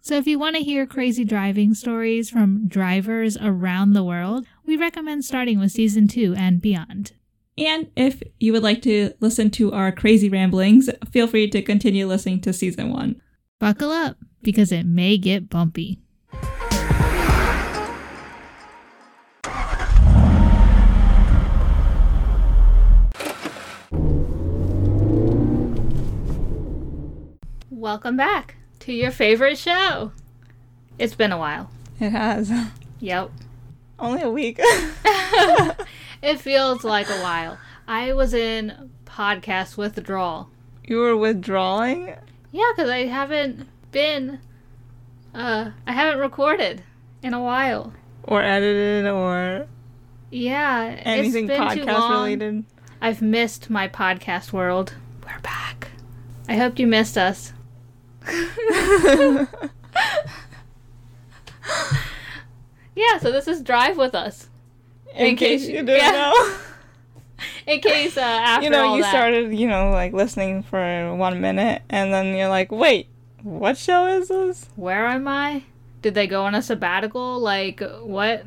So if you want to hear crazy driving stories from drivers around the world, we recommend starting with season two and beyond. And if you would like to listen to our crazy ramblings, feel free to continue listening to season one. Buckle up because it may get bumpy. Welcome back to your favorite show. It's been a while. It has Yep. only a week. It feels like a while. I was in podcast withdrawal. you were withdrawing? Yeah, because I haven't been, uh, I haven't recorded in a while. Or edited or Yeah, it's been too long. I've missed my podcast world. We're back. I hope you missed us. yeah, so this is drive with us. in, case case, you- you didn't yeah. know. In case uh, after you know, all you that, started, you know, like listening for one minute, and then you're like, wait, what show is this? where am I? Did they go on a sabbatical? Like what?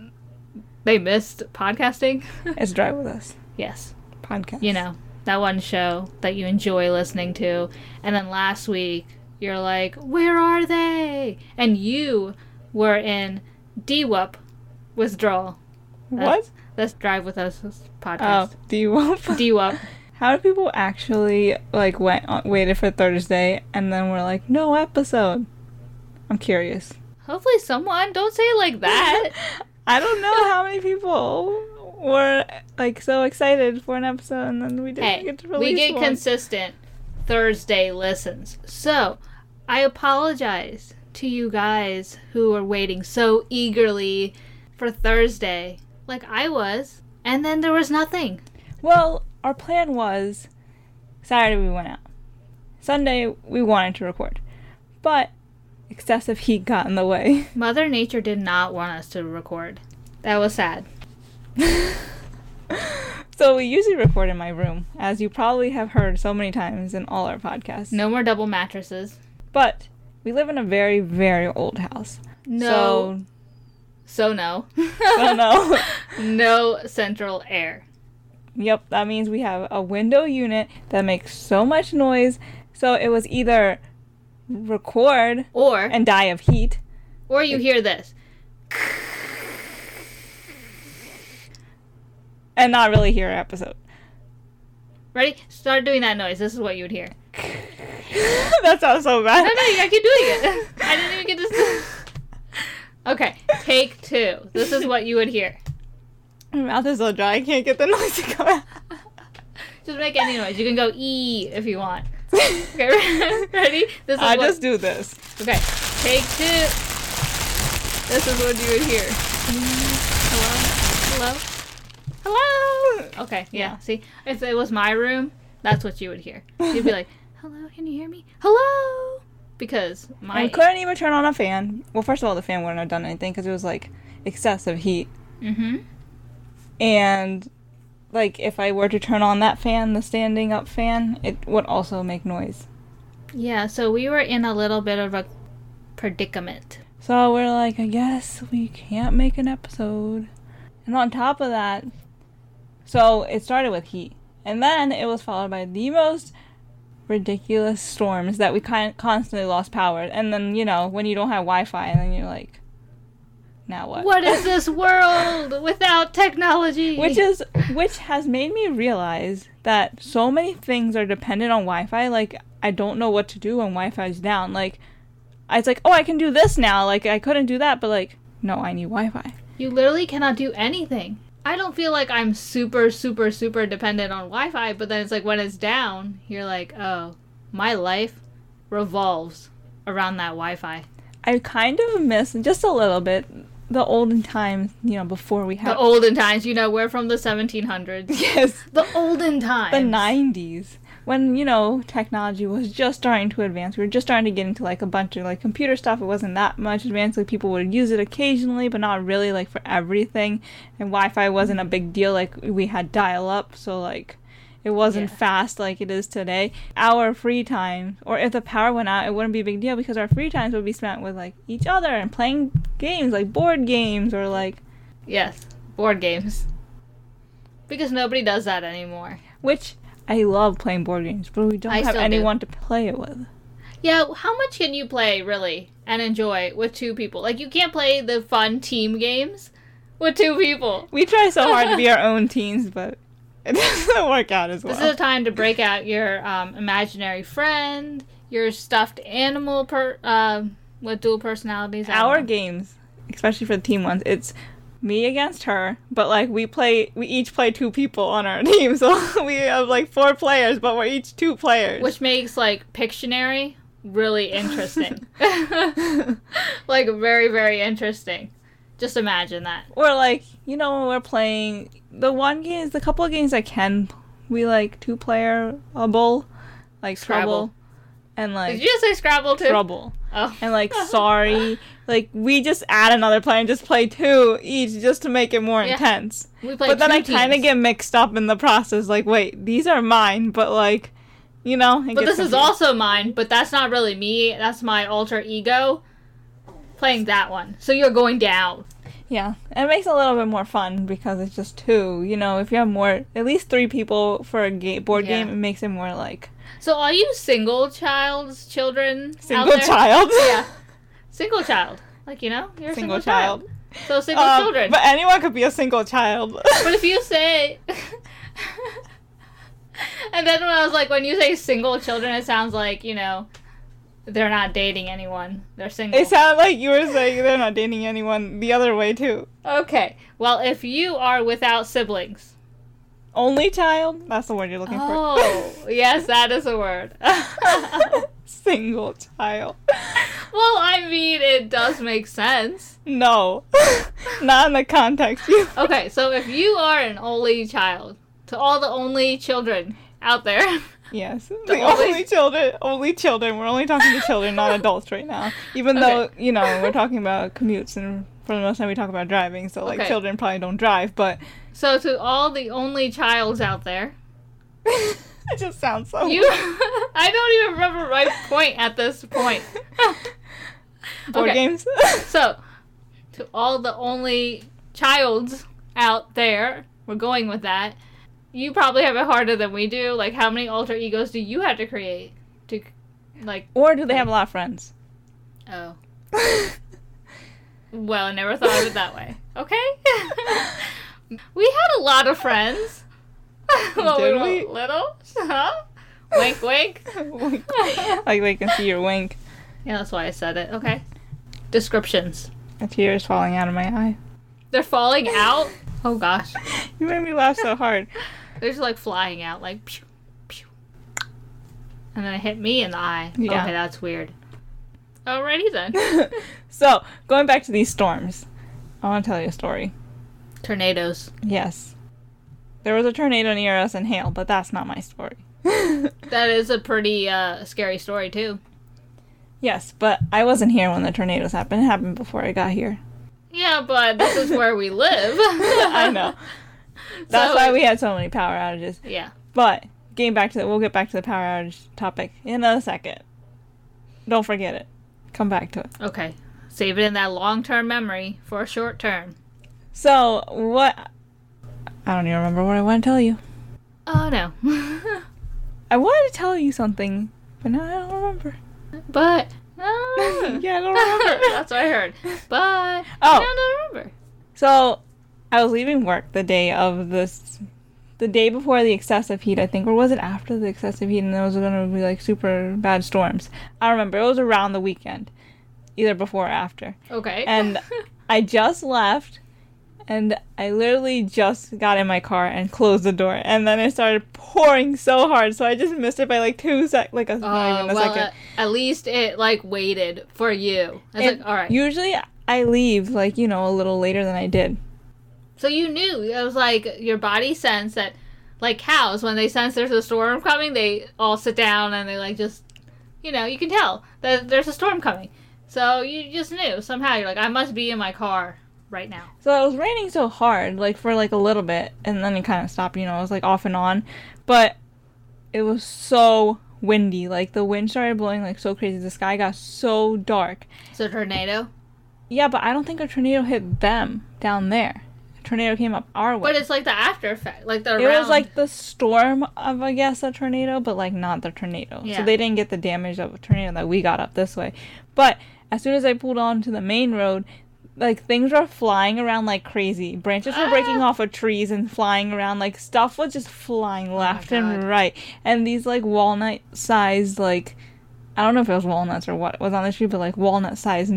They missed podcasting. It's Drive With Us yes. podcast. you know, that one show that you enjoy listening to. And then last week, you're like, where are they? And you were in DWUP withdrawal. what? Let's drive with us podcast. Oh, do you want? DWUP. How do people actually like went on, waited for Thursday and then were like, no episode? I'm curious. Hopefully, someone. Don't say it like that. I don't know how many people were like so excited for an episode, and then we didn't hey, get to release we get one. consistent Thursday listens. So, I apologize to you guys who are waiting so eagerly for Thursday, like I was, and then there was nothing. Well, our plan was Saturday we went out. Sunday we wanted to record. But excessive heat got in the way. Mother Nature did not want us to record. That was sad. So we usually record in my room, as you probably have heard so many times in all our podcasts. No more double mattresses. But we live in a very, very old house. No. So, no. So, so no. no central air. yep, that means we have a window unit that makes so much noise. So it was either record Or and die of heat. or you hear this. And not really hear an episode. Ready? Start doing that noise. This is what you would hear. that sounds so bad. No, no, you gotta keep doing it. I didn't even get this. okay, take two. This is what you would hear. My mouth is so dry, I can't get the noise to come out. Just make any noise. You can go E if you want. Okay, ready? This is I what- just do this. Okay, take two. This is what you would hear. Hello? Hello? Hello? Okay, yeah, Yeah. see? If it was my room, that's what you would hear. You'd be like, hello, can you hear me? Hello? Because my. I couldn't even turn on a fan. Well, first of all, the fan wouldn't have done anything because it was like excessive heat. hmm And like if I were to turn on that fan, the standing up fan, it would also make noise. Yeah, so we were in a little bit of a predicament. So we're like, I guess we can't make an episode. And on top of that, so it started with heat. And then it was followed by the most ridiculous storms that we kind constantly lost power. And then, you know, when you don't have Wi Fi, and then you're like, now what? What is this world without technology? which is which has made me realize that so many things are dependent on Wi-Fi. Like I don't know what to do when Wi-Fi's down. Like I was like, oh, I can do this now. Like I couldn't do that, but like no, I need Wi-Fi. You literally cannot do anything. I don't feel like I'm super, super, super dependent on Wi Fi, but then it's like when it's down, you're like, oh, my life revolves around that Wi Fi. I kind of miss just a little bit the olden times, you know, before we had The olden times, you know, we're from the 1700s. yes, The olden times. the 90s when you know technology was just starting to advance we were just starting to get into like a bunch of like computer stuff it wasn't that much advanced like people would use it occasionally but not really like for everything and wi-fi wasn't a big deal like we had dial-up so like it wasn't Yeah. fast like it is today our free time or if the power went out it wouldn't be a big deal because our free times would be spent with like each other and playing games like board games or like Yes, board games. Because nobody does that anymore. which i love playing board games but we don't I have still do. anyone to play it with Yeah, how much can you play really and enjoy with two people? Like you can't play the fun team games with two people. We try so hard to be our own teens, but it doesn't work out as This well. is a time to break out your um, imaginary friend, your stuffed animal per um, with dual personalities. I don't Our know. games, especially for the team ones, it's me against her, but like we play, we each play two people on our team, so we have like four players, but we're each two players. which makes like Pictionary really interesting. like very very interesting. Just imagine that. or like you know when we're playing the one games, the couple of games I can, we like two player bubble, like Scrabble. trouble, and Did like you just say Scrabble too? trouble. Oh. and like sorry like we just add another player and just play two each just to make it more Yeah. intense We play but then two i kind of teams. get mixed up in the process like wait these are mine but like you know it But gets this is confused. also mine, but that's not really me. That's my alter ego playing that one. So you're going down. yeah and it makes it a little bit more fun because it's just two you know if you have more at least three people for a ga- board Yeah. game it makes it more like So all you single child's children out single there- child Yeah. Single child. Like, you know, you're a single, Single child. So single Um, children. but anyone could be a single child But if you say And then when I was like when you say single children it sounds like, you know, they're not dating anyone. They're single. it sounded like you were saying they're not dating anyone the other way too okay. Well, if you are without siblings, only child that's the word you're looking for Oh, yes, that is a word. well, single child. I mean, it does make sense. No, not in the context. You Okay, so if you are an only child, to all the only children out there, yes, the, only- only, children, only children. We're only talking to children, not adults, right now. Even Okay. though you know we're talking about commutes, and for the most time we talk about driving, so like Okay. children probably don't drive, but so to all the only childs out there, it just sounds so. you. I don't even remember my point at this point. board okay. games. So, to all the only childs out there, we're going with that. You probably have it harder than we do. Like, how many alter egos do you have to create? To, like, or do they have a lot of friends? oh, well, I never thought of it that way. Okay, we had a lot of friends when Did we were we? little. Huh? Wink, wink. like they can see your wink. Yeah, that's why I said it. Okay. Descriptions. A tear is falling out of my eye. They're falling out. Oh gosh. You made me laugh so hard. They're just like flying out, like pew, pew. And then it hit me in the eye. Yeah. Okay, that's weird. Alrighty then. so going back to these storms, I want to tell you a story. Tornadoes. Yes, there was a tornado near us and hail, but that's not my story. That is a pretty uh, scary story too. yes, but I wasn't here when the tornadoes happened. It happened before I got here. Yeah, but this is where we live. I know. That's So- why we had so many power outages. Yeah. But getting back to the, we'll get back to the power outage topic in a second. Don't forget it. Come back to it. Okay. Save it in that long-term memory for short term. So what? I don't even remember what I want to tell you. Oh no. I wanted to tell you something, but now I don't remember. but uh, no. yeah, I don't remember. that's what I heard. But Oh. I don't remember. So I was leaving work the day of this, the day before the excessive heat, I think, or was it after the excessive heat? And there was going to be like super bad storms. I don't remember. It was around the weekend, either before or after. Okay. And I just left, and I literally just got in my car and closed the door, and then it started pouring so hard, so I just missed it by like two sec, like a, not Uh, even a well, second. uh, at least it like waited for you. I was And like, all right. Usually, I leave like, you know, a little later than I did. So you knew. It was like your body sense that, like cows, when they sense there's a storm coming, they all sit down and they like just, you know, you can tell that there's a storm coming. So you just knew somehow. You're like, I must be in my car right now. So it was raining so hard, like for like a little bit, and then it kind of stopped. You know, it was like off and on, but it was so windy. Like the wind started blowing like so crazy. The sky got so dark. So tornado. Yeah, but I don't think a tornado hit them down there. A tornado came up our way. But it's like the after effect, like the. it was round- like the storm of I guess a tornado, but like not the tornado. Yeah. So they didn't get the damage of a tornado that we got up this way. But as soon as I pulled onto the main road, like things were flying around like crazy. Branches were breaking off of trees and flying around. Like stuff was just flying left Oh God. and right. And these like walnut sized like I don't know if it was walnuts or what was on the street, but like walnut sized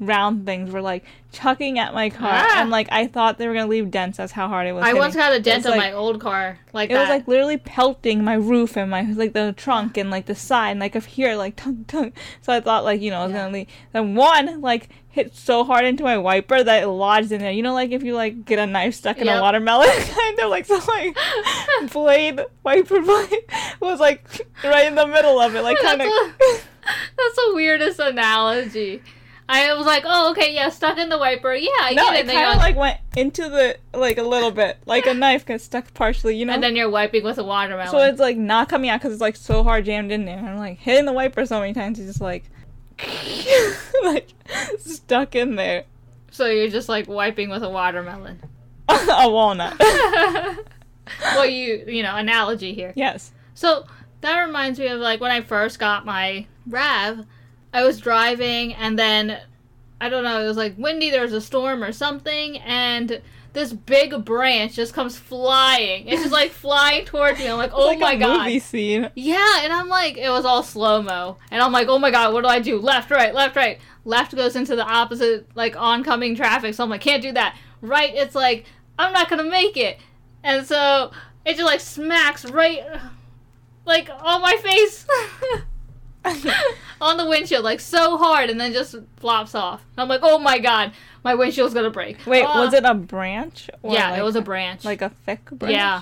round things were like chucking at my car Ah. and like I thought they were gonna leave dents. That's how hard it was. I once hitting. got a It dent was, on my like- old car like it was that. like literally pelting my roof and my like the trunk and like the side and, like of here like tunk tunk. So I thought like you know I was Yeah. gonna leave. Then one like hit so hard into my wiper that it lodged in there. You know like if you like get a knife stuck in Yep. a watermelon kind of like so like blade wiper blade was like right in the middle of it like That's kind of. a- That's the weirdest analogy. I was like, oh, okay, yeah, stuck in the wiper. Yeah, I No, get it. it And then you're kind of like went into the like a little bit, like a knife got stuck partially, you know. and then you're wiping with a watermelon. So it's like not coming out because it's like so hard jammed in there. I'm like hitting the wiper so many times, it's just like, like stuck in there. So you're just like wiping with a watermelon. a walnut. well, you you know analogy here. yes. So that reminds me of like when I first got my Rav, I was driving and then I don't know, it was like windy, there was a storm or something, and this big branch just comes flying. It's just like flying towards me. I'm like, oh like my a god. Movie scene. Yeah, and I'm like, it was all slow mo, and I'm like, oh my god, what do I do? Left, right, left, right. Left goes into the opposite, like oncoming traffic, so I'm like, can't do that. Right, it's like I'm not gonna make it, and so it just like smacks right, like on my face, on the windshield, like so hard, and then just flops off. And I'm like, oh my god, my windshield's gonna break. Wait, Ah. was it a branch? Or Yeah, like, it was a branch. like a thick branch. yeah,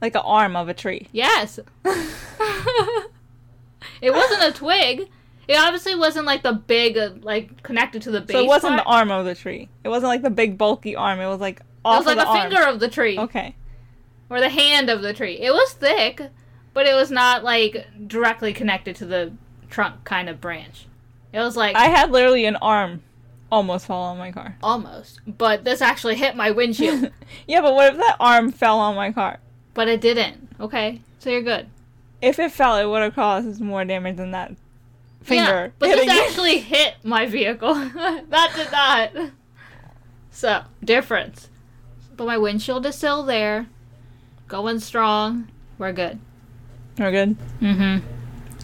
Like an arm of a tree. yes. it wasn't a twig. It obviously wasn't like the big, uh, like connected to the base. so it wasn't part. the arm of the tree. It wasn't like the big bulky arm. It was like It off was like of a the arm. finger of the tree Okay. or the hand of the tree. It was thick, but it was not like directly connected to the trunk kind of branch. It was like I had literally an arm almost fall on my car. almost, but this actually hit my windshield, Yeah, but what if that arm fell on my car? but it didn't. Okay, so you're good. If it fell, it would have caused more damage than that Yeah, finger. but hitting this it. actually hit my vehicle. that did not. So, difference. But my windshield is still there. Going strong. We're good. We're good. Mm hmm.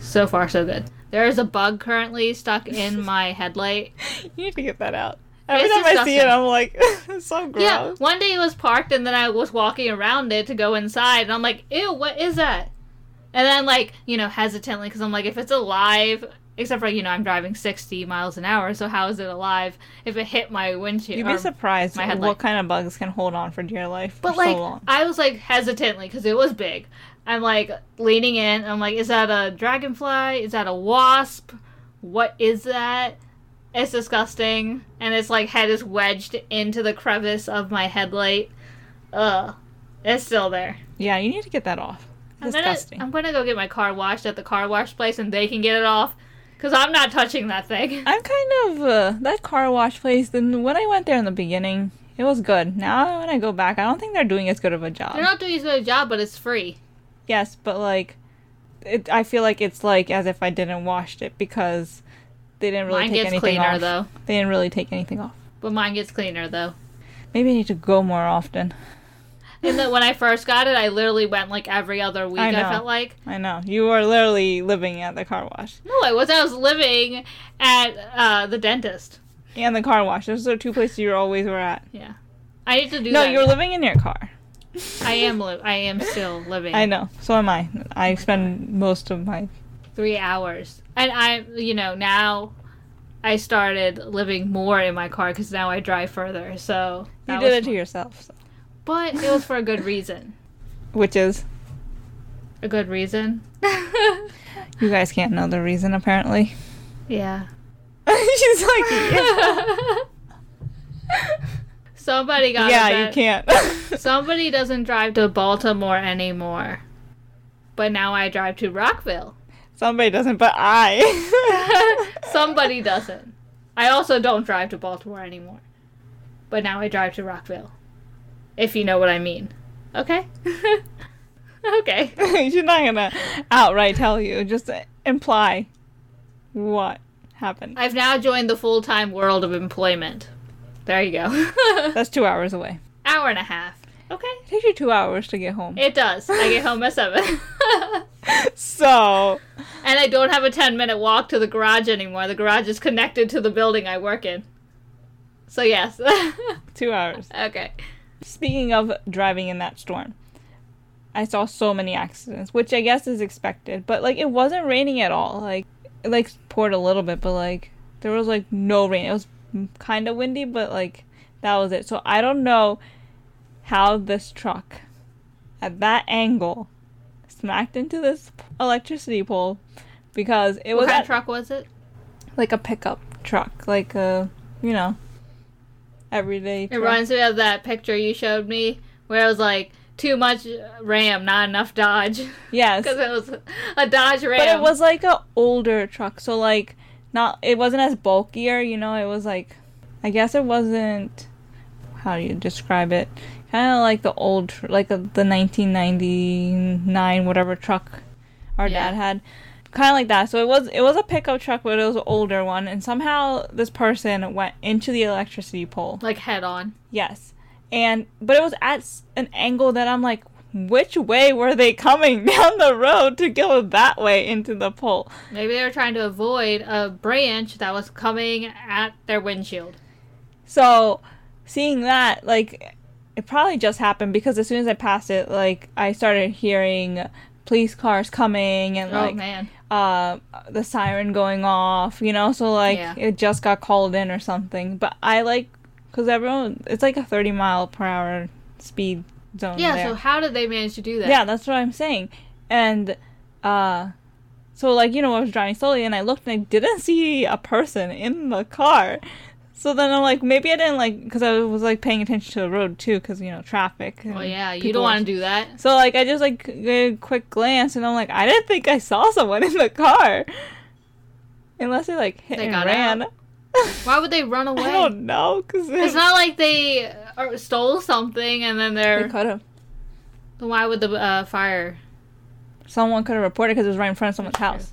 So far, so good. There is a bug currently stuck in my headlight. You need to get that out. Every It's time I see disgusting. it, I'm like, it's so gross. Yeah, one day it was parked and then I was walking around it to go inside and I'm like, ew, what is that? And then, like, you know, hesitantly, because I'm like, if it's alive, except for, you know, I'm driving 60 miles an hour, so how is it alive if it hit my windshield? You'd be or- surprised Um, my headlight. what kind of bugs can hold on for dear life But for like so long. I was like hesitantly because it was big. I'm like leaning in. I'm like, is that a dragonfly? Is that a wasp? What is that? It's disgusting, and its like head is wedged into the crevice of my headlight. Ugh, it's still there. Yeah, you need to get that off. I'm gonna- Disgusting. I'm gonna go get my car washed at the car wash place, and they can get it off, cause I'm not touching that thing. I'm kind of uh, that car wash place. Then when I went there in the beginning, it was good. Now when I go back, I don't think they're doing as good of a job. They're not doing as good a job, but it's free. Yes, but like, it, I feel like it's like as if I didn't washed it because they didn't really mine take gets anything cleaner off. though, They didn't really take anything off. but mine gets cleaner though. Maybe I need to go more often. And then when I first got it, I literally went like every other week. I I, know. felt like I know you are literally living at the car wash no, I was. I was living at uh, the dentist. and the car wash. Those are two places you always were at. Yeah, I need to do No, that. you're living in your car. I am. Li- I am still living. I know. So am I. I spend most of my Three hours, and I, you know, now I started living more in my car because now I drive further. So You that did was it to fun. yourself, so. but it was for a good reason. which is A good reason. you guys can't know the reason apparently. yeah. She's like, yeah, Somebody got yeah you upset. can't. Somebody doesn't drive to Baltimore anymore. But now I drive to Rockville. Somebody doesn't, but I. Somebody doesn't. I also don't drive to Baltimore anymore. But now I drive to Rockville. If you know what I mean. Okay? okay. She's not gonna outright tell you. Just imply what happened. I've now joined the full time world of employment. There you go. That's two hours away. Hour and a half. Okay. It takes you two hours to get home. It does. I get home at 7. So and I don't have a 10 minute walk to the garage anymore. The garage is connected to the building I work in. So, yes. two hours. okay. Speaking of driving in that storm, I saw so many accidents, which I guess is expected. But like, it wasn't raining at all. Like, it like poured a little bit, but like there was like no rain. It was kind of windy, but like that was it. So I don't know how this truck at that angle smacked into this p- electricity pole because it What was kind at, of truck was it? like a pickup truck, like a you know everyday. It Truck. reminds me of that picture you showed me where it was like too much Ram, not enough Dodge. Yes, Because it was a Dodge Ram. But it was like a older truck, so like not it wasn't as bulkier, you know, it was like I guess it wasn't how do you describe it? Kind of like the old tr- like a, the 1999 whatever truck our Yeah. dad had. Kind of like that. So it was it was a pickup truck, but it was an older one and somehow this person went into the electricity pole. like head on. Yes. And but it was at s- an angle that I'm like which way were they coming down the road to go that way into the pole? Maybe they were trying to avoid a branch that was coming at their windshield. So seeing that like it probably just happened because as soon as I passed it like I started hearing police cars coming and oh like man. uh the siren going off you know so like Yeah. it just got called in or something but i like because everyone it's like a 30 mile per hour speed zone Yeah, there. so how did they manage to do that? Yeah, that's what I'm saying. And uh so like, you know, I was driving slowly and I looked and I didn't see a person in the car. So then I'm like, maybe I didn't like cuz I was like paying attention to the road too cuz you know, traffic. and Well, Oh, yeah, you people don't were- want to do that. So like I just like gave a quick glance and I'm like, I didn't think I saw someone in the car. Unless they like hit They and got ran. Why would they run away? I don't know cuz It's not like they uh, stole something and then they they're. could have Then Why would the uh, fire? someone could have reported cuz it was right in front of someone's That's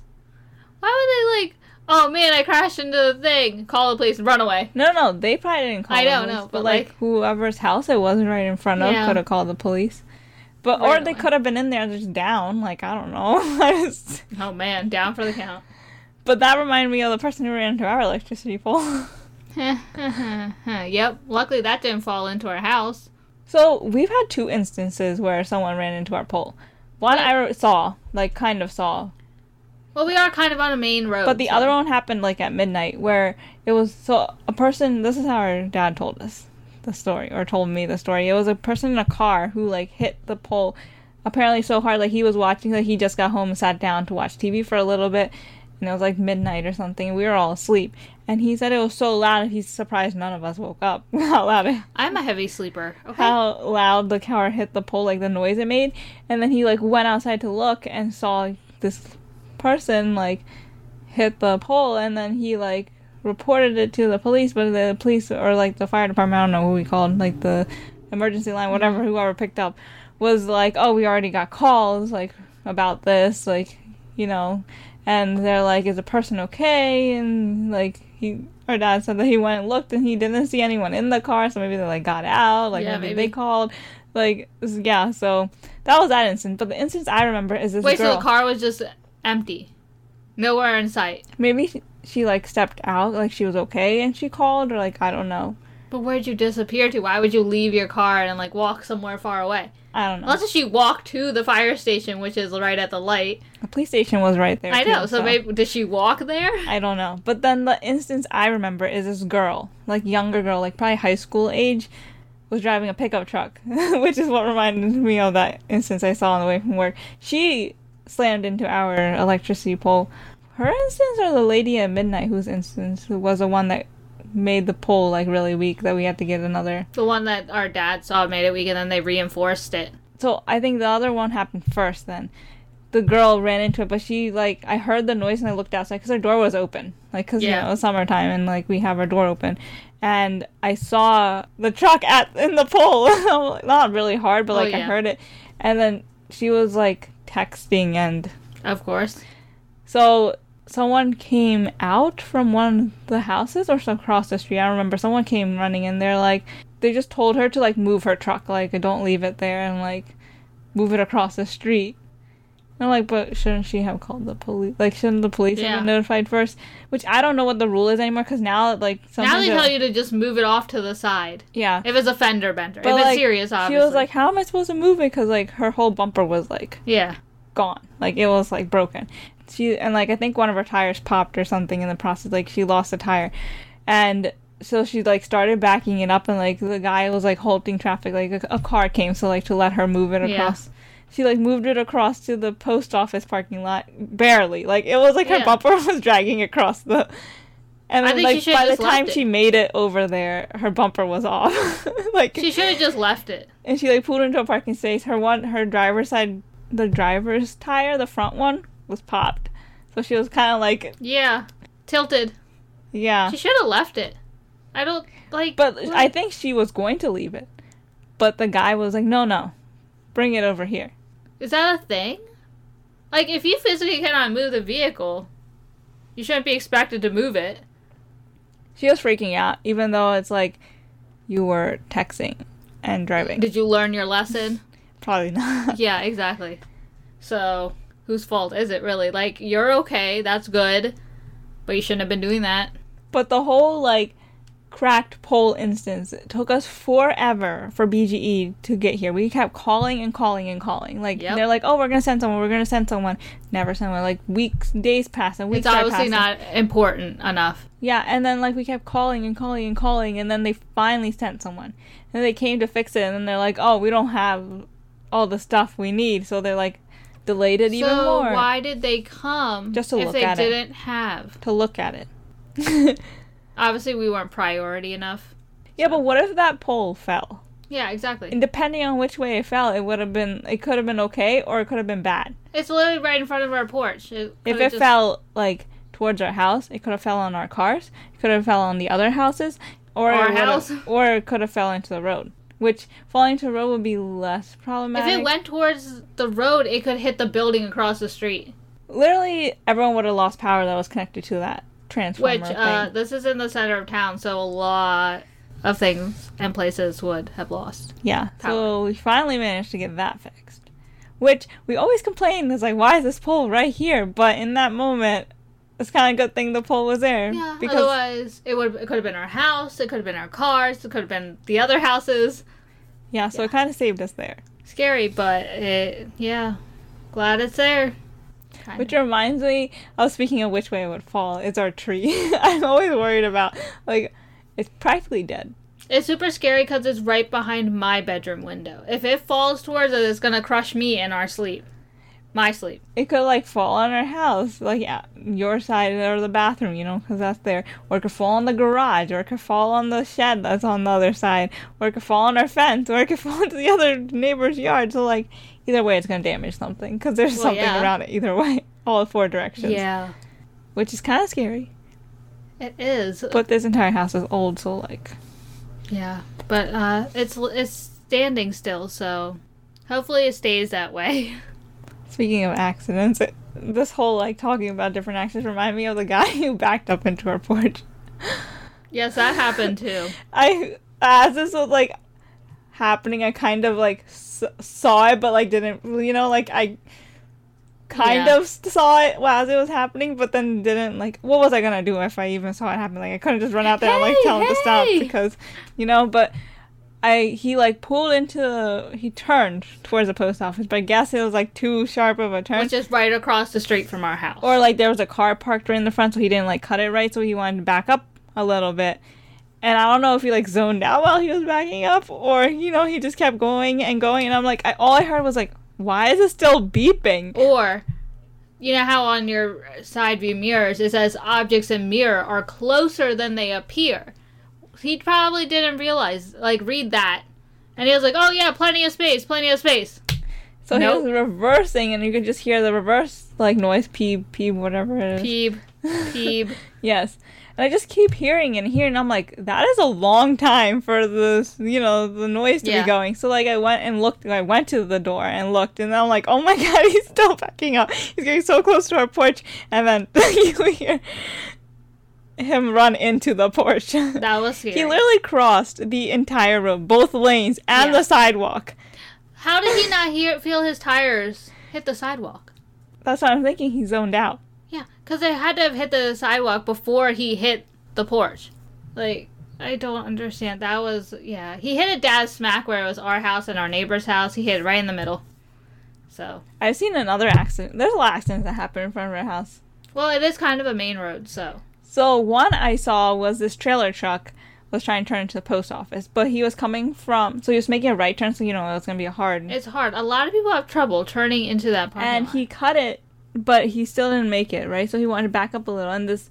true. house. Why would they like? Oh man, I crashed into the thing. Call the police and run away. No, no, they probably didn't call. I the don't police, know, but but, like, like- whoever's house it was right in front of Yeah. could have called the police. But Right or they away. could have been in there just down. Like I don't know. I just- Oh man, down for the count. but that reminded me of the person who ran into our electricity pole. yep. Luckily, that didn't fall into our house. so we've had two instances where someone ran into our pole. One I saw, like kind of saw, Well, we are kind of on a main road. But the so- other one happened like at midnight, where it was so a person. This is how our dad told us the story, or told me the story. It was a person in a car who like hit the pole, apparently so hard like he was watching. Like he just got home and sat down to watch TV for a little bit, and it was like midnight or something. And we were all asleep, and he said it was so loud. He's surprised none of us woke up. How loud it I'm a heavy sleeper. Okay. how loud the car hit the pole, like the noise it made. And then he like went outside to look and saw this person like hit the pole, and then he like reported it to the police, but the police or like the fire department, I don't know who we called, like the emergency line, whatever, whoever picked up, was like, oh, we already got calls like about this, like you know, and they're like, is the person okay? And like he. Her dad said that he went and looked and he didn't see anyone in the car, so maybe they like got out, like Yeah, maybe, they maybe. called, like s- yeah. So that was that instance. But the instance I remember is this Wait, girl. so the car was just empty, nowhere in sight. maybe she, she like stepped out like she was okay and she called or like i don't know But where'd you disappear to? Why would you leave your car and like walk somewhere far away? I don't know. Unless she walked to the fire station, which is right at the light. the police station was right there. I too, know. So, maybe did she walk there? I don't know. But then the instance I remember is this girl, like younger girl, like probably high school age, was driving a pickup truck, which is what reminded me of that instance I saw on the way from work. She slammed into our electricity pole. Her instance or the lady at midnight whose instance was the one that made the pole like really weak that we had to get another. The one that our dad saw made it weak, and then they reinforced it. So I think the other one happened first then. The girl ran into it, but she like I heard the noise and I looked outside because her door was open, like because you Yeah. know it was summertime and like we have our door open, and I saw the truck at in the pole, not really hard, but Oh, like I yeah. heard it, and then she was like texting, and Of course. so someone came out from one of the houses or some across the street. I remember someone came running in there like they just told her to like move her truck, like don't leave it there and like move it across the street. And I'm like, but shouldn't she have called the police? Like, shouldn't the police have been Yeah. notified first? Which I don't know what the rule is anymore because now, like, now sometimes they they'll- tell you to just move it off to the side. yeah. If it's a fender bender, But, if it's like, serious, obviously. She was like, how am I supposed to move it? Because like her whole bumper was like yeah, gone. Like it was like broken. She and like I think one of her tires popped or something in the process. Like she lost a tire, and so she like started backing it up, and like the guy was like halting traffic. Like a, a car came, so like to let her move it Yeah. across. She like moved it across to the post office parking lot barely. Like it was like her Yeah. bumper was dragging across the. And I then, think she should've like by the just left time it. she made it over there, her bumper was off. like she should have just left it. and she like pulled into a parking space. Her one, her driver's side, the driver's tire, the front one was popped, so she was kind of like, Yeah, tilted. yeah. She should have left it. I don't like. But like- I think she was going to leave it, but the guy was like, no, no, bring it over here. Is that a thing? Like, if you physically cannot move the vehicle, you shouldn't be expected to move it. She was freaking out, even though it's like, you were texting and driving. Did you learn your lesson? Probably not. yeah, exactly. So, whose fault is it really? Like, you're okay, that's good, but you shouldn't have been doing that. But the whole like cracked pole instance it took us forever for BGE to get here. We kept calling and calling and calling. Like Yep. they're like, "Oh, we're gonna send someone. We're gonna send someone." Never send one. Like weeks, days pass and It's weeks start obviously passing. not important enough. Yeah, and then like we kept calling and calling and calling, and then they finally sent someone. And they came to fix it, and then they're like, "Oh, we don't have all the stuff we need," so they like delayed it even so, more why did they come Just to if look they at it. didn't have? to look at it. Obviously, we weren't priority enough. yeah, but what if that pole fell? Yeah, exactly. And depending on which way it fell, it would have been it could have been okay or it could have been bad. It's literally right in front of our porch. It If could've it just- fell like towards our house, it could have fell on our cars. It could have fell on the other houses, or Our it would have- house. or it could have fell into the road. Which falling to the road would be less If problematic. it went towards the road, it could hit the building across the street. Literally, everyone would have lost power that was connected to that transformer Which, uh, thing. this is in the center of town, so a lot of things and places would have lost. Yeah. So power. we finally managed to get that fixed. Which we always complain is like, why is this pole right here? But in that moment, it's kind of a good thing the pole was there Yeah, otherwise, it would it could have been our house, it could have been our cars, it could have been the other houses. Yeah, so it kind of saved us there. Scary, but it, yeah, glad it's there. Kind Which of. reminds me, I was speaking of which way it would fall. It's our tree. I'm always worried about, like, it's practically dead. It's super scary because it's right behind my bedroom window. If it falls towards us, it's gonna crush me in our sleep, my sleep. It could, like, fall on our house, like, yeah, your side or the bathroom, you know, because that's there. Or it could fall on the garage, or it could fall on the shed that's on the other side, or it could fall on our fence, or it could fall into the other neighbor's yard. So, like, either way, it's going to damage something because there's Well, something yeah. around it either way, all four directions. Yeah, Which is kind of scary. it is. But this entire house is old, so, like, Yeah, but uh, it's it's standing still, so hopefully it stays that way. Speaking of accidents, it, this whole like talking about different accidents remind me of the guy who backed up into our porch. yes, that happened too. I as this was like happening, I kind of like s- saw it, but like didn't, you know, like I kind Yeah. of saw it as it was happening, but then didn't like. What was I gonna do if I even saw it happen? Like I couldn't just run out there and like Hey, tell him to stop hey! because, you know. But I he like pulled into the he turned towards the post office, but I guess it was like too sharp of a turn. which is right across the street from our house. or like there was a car parked right in the front, so he didn't like cut it right, so he wanted to back up a little bit. And I don't know if he like zoned out while he was backing up, or you know he just kept going and going. And I'm like, I, all I heard was like, why is it still beeping? Or, you know how on your side view mirrors it says objects in mirror are closer than they appear. He probably didn't realize, like, read that. And he was like, oh, yeah, plenty of space, plenty of space. So Nope. he was reversing, and you could just hear the reverse like noise, peep, peep, whatever it is. Peeb, peeb. Yes. And I just keep hearing and hearing. I'm like, that is a long time for this, you know, the noise to Yeah. be going. So like, I went and looked. I went to the door and looked, and I'm like, oh my god, he's still backing up. He's getting so close to our porch, and then you hear him run into the porch. That was scary. he literally crossed the entire road, both lanes and Yeah. the sidewalk. how did he not hear feel his tires hit the sidewalk? That's what I'm thinking. He zoned out. Yeah, because they had to have hit the sidewalk before he hit the porch. Like, I don't understand. That was, yeah. He hit it dad smack where it was our house and our neighbor's house. He hit it right in the middle. So, I've seen another accident. There's a lot of accidents that happen in front of our house. Well, it is kind of a main road, so So one I saw was this trailer truck was trying to turn into the post office, but he was coming from so he was making a right turn, so you know it was gonna be a hard. it's hard. A lot of people have trouble turning into that parking and lot. he cut it, but he still didn't make it right. So he wanted to back up a little, and this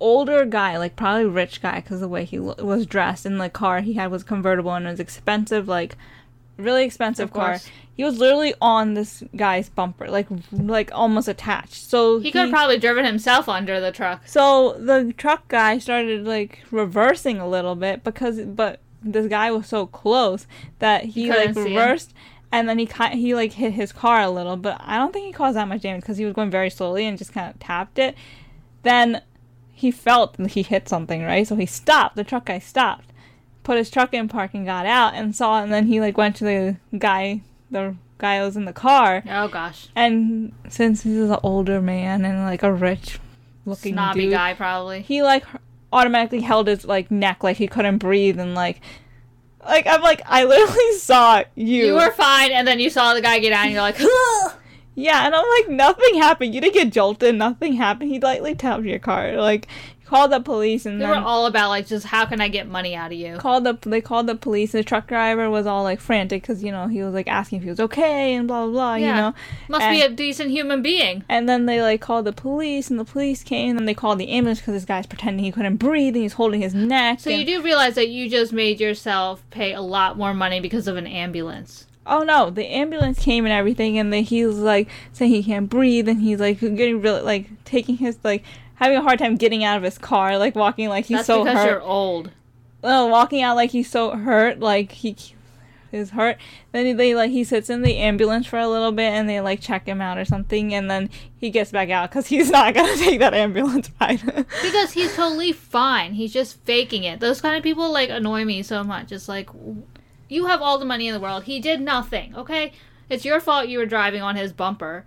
older guy, like probably rich guy, because the way he lo- was dressed and the car he had was convertible and it was expensive, like really expensive Of car. course. He was literally on this guy's bumper, like like almost attached. So he could have probably driven himself under the truck. So the truck guy started like reversing a little bit because, but this guy was so close that he couldn't like see him. reversed, and then he ki- he like hit his car a little, but I don't think he caused that much damage because he was going very slowly and just kind of tapped it. Then he felt he hit something, right? So he stopped. The truck guy stopped, put his truck in park, and got out and saw, and then he like went to the guy, the guy who was in the car, Oh gosh, and since he's an older man and like a rich looking snobby dude, guy probably. he like automatically held his like neck like he couldn't breathe and like like I'm like I literally saw you. You were fine, and then you saw the guy get out, and you're like, yeah, and I'm like nothing happened. You didn't get jolted. Nothing happened. He lightly tapped your car. Like called the police and they then were all about like just how can I get money out of you? called the they called the police. The truck driver was all like frantic because you know he was like asking if he was okay and blah blah blah. You Yeah. know. Must be a decent human being. And then they like called the police, and the police came, and then they called the ambulance because this guy's pretending he couldn't breathe, and he's holding his neck. So and- you do realize that you just made yourself pay a lot more money because of an ambulance. oh no, the ambulance came and everything, and then he was like saying he can't breathe, and he's like getting really like taking his like having a hard time getting out of his car, like walking like he's That's so because hurt. you're old. uh, walking out like he's so hurt, like he is hurt. Then they like he sits in the ambulance for a little bit, and they like check him out or something, and then he gets back out because he's not gonna take that ambulance ride. Because he's totally fine. He's just faking it. Those kind of people like annoy me so much. It's like w- you have all the money in the world. He did nothing, okay? It's your fault you were driving on his bumper.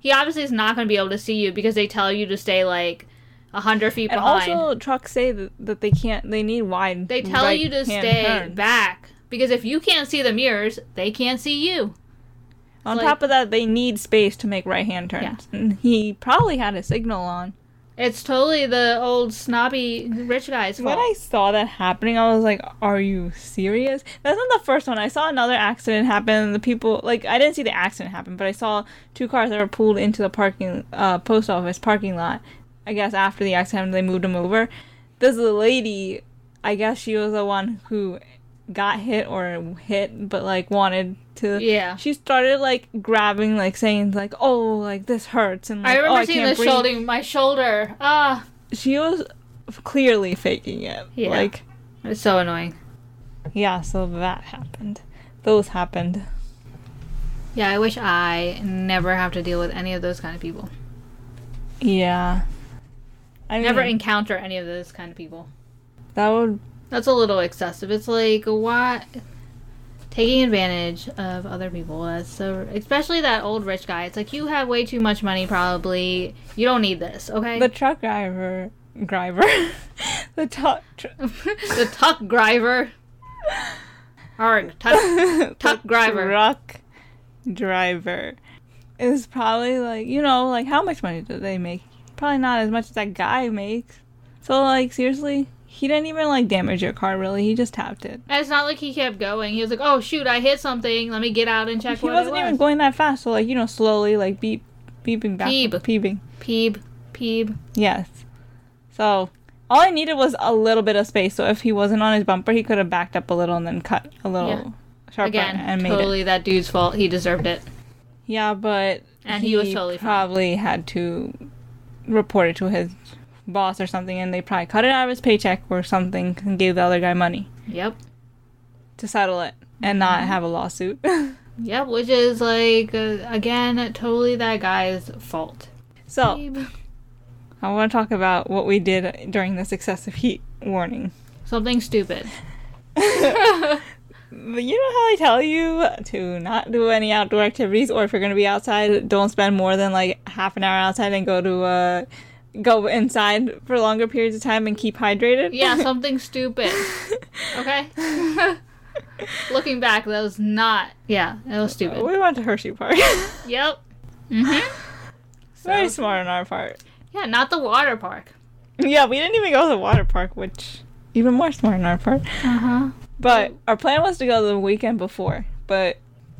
He obviously is not going to be able to see you because they tell you to stay like a 100 feet And behind. also, trucks say that, that they can't. They need wide. they tell right you to hand stay turns. back because if you can't see the mirrors, they can't see you. On like- top of that, they need space to make right hand turns. And he probably had a signal on. It's totally the old snobby rich guy's When fault. I saw that happening, I was like, "Are you serious?" That's not the first one. I saw another accident happen. And the people, like, I didn't see the accident happen, but I saw two cars that were pulled into the parking uh, post office parking lot. I guess after the accident, they moved them over. This lady, I guess she was the one who got hit or hit, but like wanted to. Yeah. She started like grabbing, like saying, like, "Oh, like this hurts," and like, I "Oh, remember I seeing can't the breathe." shoulder, my shoulder. Ah, She was clearly faking it. Yeah. Like. it's so annoying. Yeah, so that happened. Those happened. Yeah, I wish I never have to deal with any of those kind of people. Yeah. I Never mean, encounter any of those kind of people. that would That's a little excessive. It's like, why? taking advantage of other people. That's so, especially that old rich guy. It's like you have way too much money. Probably you don't need this. Okay. The truck driver, driver, the truck, tr- the tuck driver. Arg, tuck, tuck driver. truck driver, is probably like you know like how much money do they make? Probably not as much as that guy makes. So like seriously, he didn't even like damage your car really. He just tapped it. And it's not like he kept going. He was like, "Oh shoot, I hit something. Let me get out and check He what wasn't it was." even going that fast. So like you know slowly like beep, beeping back, Peep. peeping. peeb, peeb. Yes. So all I needed was a little bit of space. So if he wasn't on his bumper, he could have backed up a little and then cut a little sharper Again, and made it. totally that dude's fault. He deserved it. Yeah, but And he was totally fine. probably had to report it to his boss or something, and they probably cut it out of his paycheck or something and gave the other guy money Yep. to settle it and not Mm-hmm. have a lawsuit. Yep, which is like uh, again totally that guy's fault. so Peeb. I want to talk about what we did during this excessive heat warning. Something stupid. But you know how I tell you to not do any outdoor activities, or if you're going to be outside, don't spend more than like half an hour outside and go to uh, go inside for longer periods of time and keep hydrated. Yeah, something stupid. Okay? Looking back, that was not. Yeah, that was stupid. we went to Hershey Park. Yep. hmm Very smart on our part. Yeah, not the water park. Yeah, we didn't even go to the water park, which even more smart on our part. Uh Uh-huh. huh. But our plan was to go the weekend before, but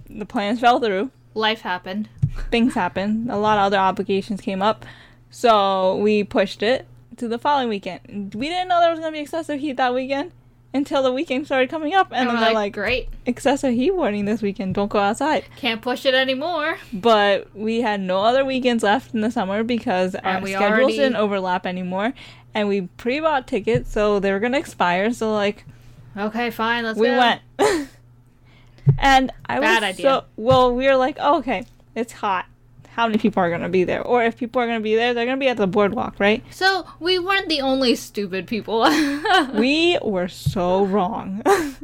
the plans fell through. Life happened. Things happened. A lot of other obligations came up, so we pushed it to the following weekend. We didn't know there was gonna be excessive heat that weekend until the weekend started coming up, And, and, then we're like, they're like, great. "Excessive heat warning this weekend. Don't go outside." Can't push it anymore. but we had no other weekends left in the summer because our we schedules already- didn't overlap anymore and we pre-bought tickets so they were going to expire so like Okay, fine, let's we go. went and i Bad was idea. so well we were like oh, okay it's hot how many people are going to be there or if people are going to be there they're going to be at the boardwalk right So, we weren't the only stupid people. we were so wrong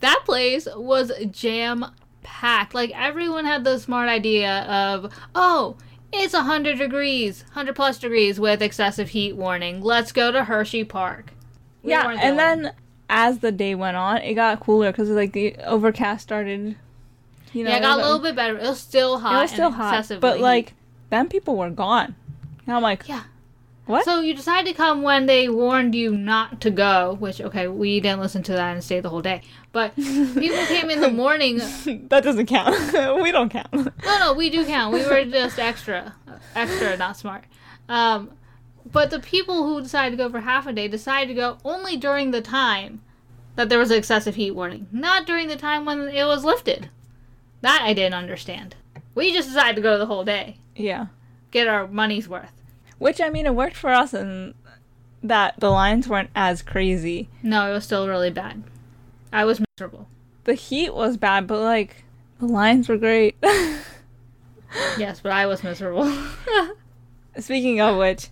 that place was jam packed. Like everyone had the smart idea of, oh, it's 100 degrees, 100 plus degrees with excessive heat warning. Let's go to Hershey Park. We yeah weren't and the only- then as the day went on it got cooler because like the overcast started you know yeah, it got a the- little bit better. It was still hot. it was still and hot, excessively but heat. like then people were gone. And I'm like, Yeah. What? So you decided to come when they warned you not to go, which okay, we didn't listen to that and stayed the whole day. But people came in the morning. that doesn't count. we don't count. No, no, we do count. We were just extra, extra, not smart. Um, but the people who decided to go for half a day decided to go only during the time that there was an excessive heat warning, not during the time when it was lifted. That I didn't understand. We just decided to go the whole day, yeah, get our money's worth. which I mean, it worked for us, and that the lines weren't as crazy. No, it was still really bad. I was miserable. The heat was bad, but like the lines were great. Yes, but I was miserable. Speaking of which,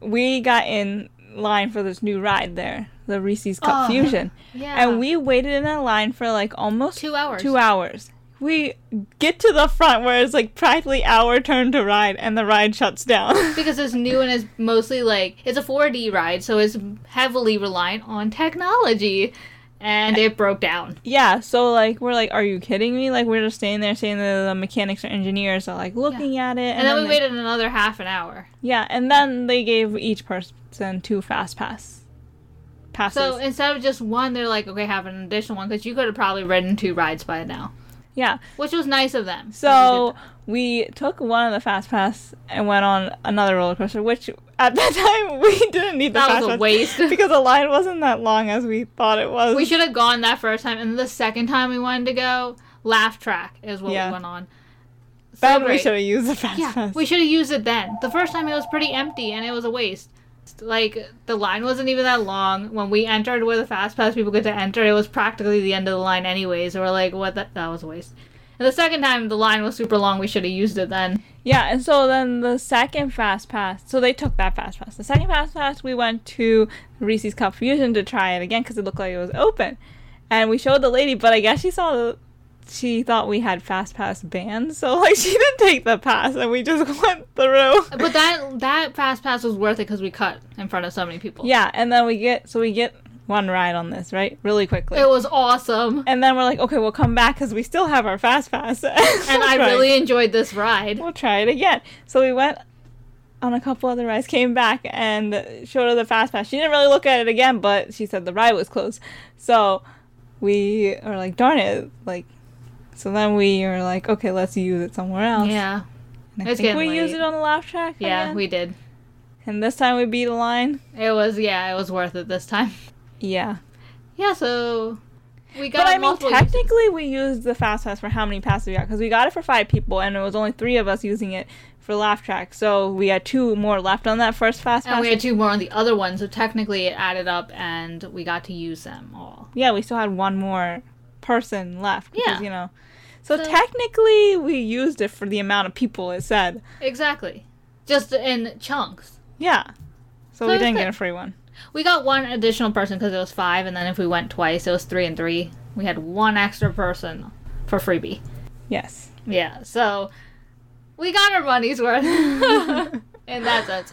we got in line for this new ride there, the Reese's Cup Oh. Fusion, yeah. and we waited in that line for like almost two hours. two hours. We get to the front where it's like practically our turn to ride, and the ride shuts down. because it's new and it's mostly like it's a 4D ride, so it's heavily reliant on technology, and it broke down. yeah, so like we're like, are you kidding me? Like we're just standing there, saying that the mechanics or engineers are like looking at it, and, And then we they- waited another half an hour. Yeah, and then they gave each person two fast pass passes. So instead of just one, they're like, okay, have an additional one because you could have probably ridden two rides by now, yeah, which was nice of them. so we took one of the fast pass and went on another roller coaster, which at that time we didn't need the That was fast a pass waste. because the line wasn't that long as we thought it was. we should have gone that first time, and the second time we wanted to go, laugh track is what Yeah. we went on. So Then we great. should have used the fast Yeah, pass. we should have used it then. The first time it was pretty empty and it was a waste. Like the line wasn't even that long. When we entered with a fast pass, people get to enter. It was practically the end of the line anyway, so we're like, what? The- that was a waste. And the second time, the line was super long. We should have used it then. Yeah, and so then the second fast pass, so they took that fast pass. The second fast pass, we went to Reese's Cup Fusion to try it again because it looked like it was open. and we showed the lady, but I guess she saw the. She thought we had fast pass banned, so like she didn't take the pass, and we just went through. But that that fast pass was worth it because we cut in front of so many people. Yeah, and then we get so we get one ride on this right really quickly, It was awesome. and then we're like, okay, we'll come back because we still have our fast pass, and And I really enjoyed this ride. we'll try it again. So we went on a couple other rides, came back and showed her the fast pass. She didn't really look at it again, but she said the ride was closed. So we are like, darn it, like. So then we are like, okay, let's use it somewhere else. Oh, Yeah. And I It's think getting we used late. it on the laugh track. Yeah, again. we did. And this time we beat a line. It was yeah, it was worth it this time. Yeah. Yeah, so we got But I mean, multiple technically, we used the fast pass for how many passes we got because we got it for five people, and it was only three of us using it for laugh track. So we had two more left on that first fast pass. and we had two more on the other one, so technically it added up and we got to use them all. yeah, we still had one more person left. Because, Yeah. you know. So, So- technically, we used it for the amount of people it said. Exactly. Just in chunks. Yeah. So, So we it's didn't good. get a free one. We got one additional person because it was five, and then if we went twice, it was three and three. We had one extra person for freebie. Yes. Yeah, so we got our money's worth in that sense.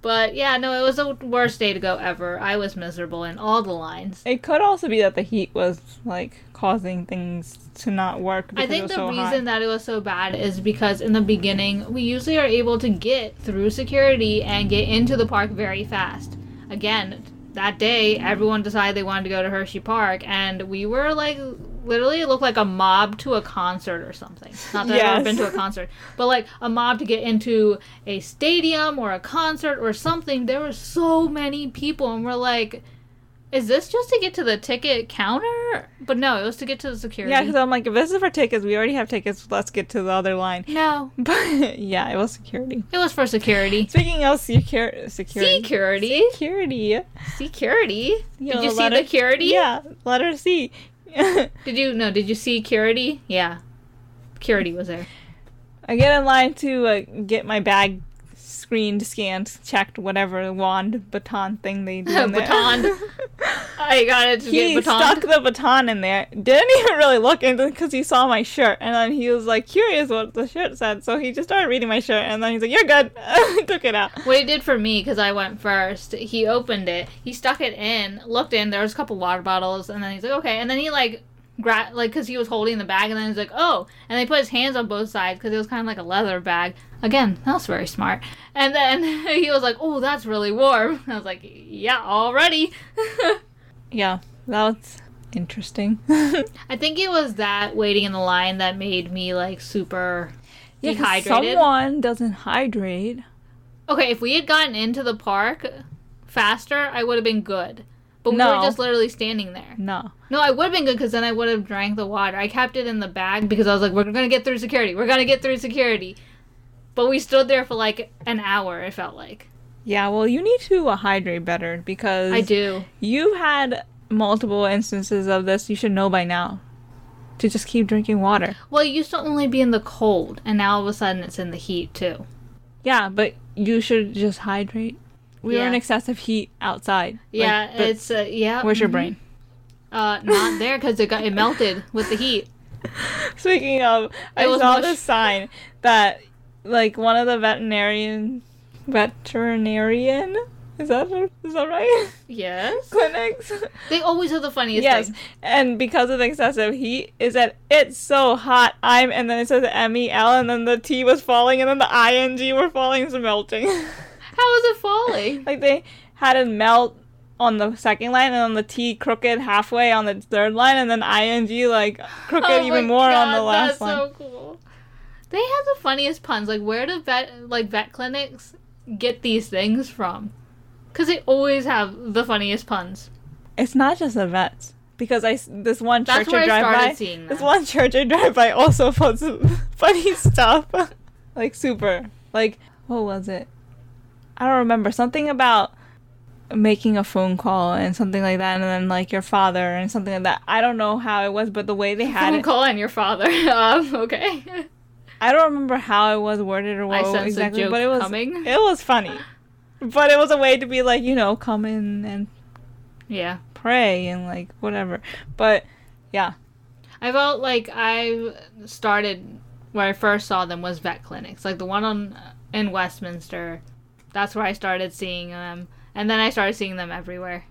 But yeah, no, it was the worst day to go ever. I was miserable in all the lines. It could also be that the heat was like causing things to not work. Because I it think was the so reason hot. that it was so bad is because in the beginning, we usually are able to get through security and get into the park very fast. Again, that day, everyone decided they wanted to go to Hershey Park, and we were like, literally, it looked like a mob to a concert or something. Not that I've Yes. ever been to a concert, but like a mob to get into a stadium or a concert or something. There were so many people, and we're like, is this just to get to the ticket counter? But no, it was to get to the security. Yeah, because I'm like, if this is for tickets, we already have tickets. Let's get to the other line. no, But yeah, it was security. It was for security. Speaking of secure, security, Security? security. Security? Yeah, did you the see the letter- curity? Yeah, letter C. Did you, no, did you see curity? Yeah. Curity was there. I get in line to uh, get my bag screened, scanned, checked, whatever wand baton thing they do. in there. Baton. I got it to he get stuck baton. the baton in there. Didn't even really look into because he saw my shirt, and then he was like curious what the shirt said, so he just started reading my shirt, and then he's like, "You're good." Took it out. What he did for me, because I went first, he opened it, he stuck it in, looked in, there was a couple water bottles, and then he's like, okay. And then he, like, gra- like, because he was holding the bag, and then he's like, oh. And they put his hands on both sides, because it was kind of like a leather bag. Again, that was very smart. And then he was like, oh, that's really warm. I was like, yeah, already. Yeah, that was interesting. I think it was that waiting in the line that made me like super Yeah, 'cause dehydrated. Someone doesn't hydrate. Okay, if we had gotten into the park faster, I would have been good. But we No. were just literally standing there. No. No, I would have been good because then I would have drank the water. I kept it in the bag because I was like, we're going to get through security. We're going to get through security. But we stood there for like an hour, it felt like. Yeah, well, you need to uh, hydrate better because I do. You've had multiple instances of this. You should know by now to just keep drinking water. Well, it used to only be in the cold, and now all of a sudden it's in the heat too. Yeah, but you should just hydrate. We were in Yeah. excessive heat outside. Like, Yeah, the- it's, uh, yeah. Where's your mhm. brain? Uh, not there because it got, it melted with the heat. Speaking of, I It was saw mush. this sign that, like, one of the veterinarian, veterinarian, is that is that right? Yes. Clinics. They always have the funniest Yes, things. and because of the excessive heat, is that it's so hot. I'm, and then it says M E L, and then the T was falling, and then the I N G were falling, is melting. How is it falling? like they had it melt on the second line, and on the T crooked halfway on the third line, and then I N G like crooked Oh my even more on the God, last that's line. so cool. They have the funniest puns. Like where do vet like vet clinics get these things from? Because they always have the funniest puns. It's not just the vets. Because I s- this one That's church where I I drive started by, seeing this that. one church I drive by also posts funny stuff, like super, like what was it? I don't remember something about making a phone call and something like that, and then like your father and something like that. I don't know how it was, but the way they had Phone it, call on your father. Um, okay. I don't remember how it was worded or I what sense exactly, a joke but it was coming. it was funny, but it was a way to be like you know come in and yeah. pray and like whatever. But yeah, I felt like I started where I first saw them was vet clinics, like the one on in Westminster. That's where I started seeing them, and then I started seeing them everywhere.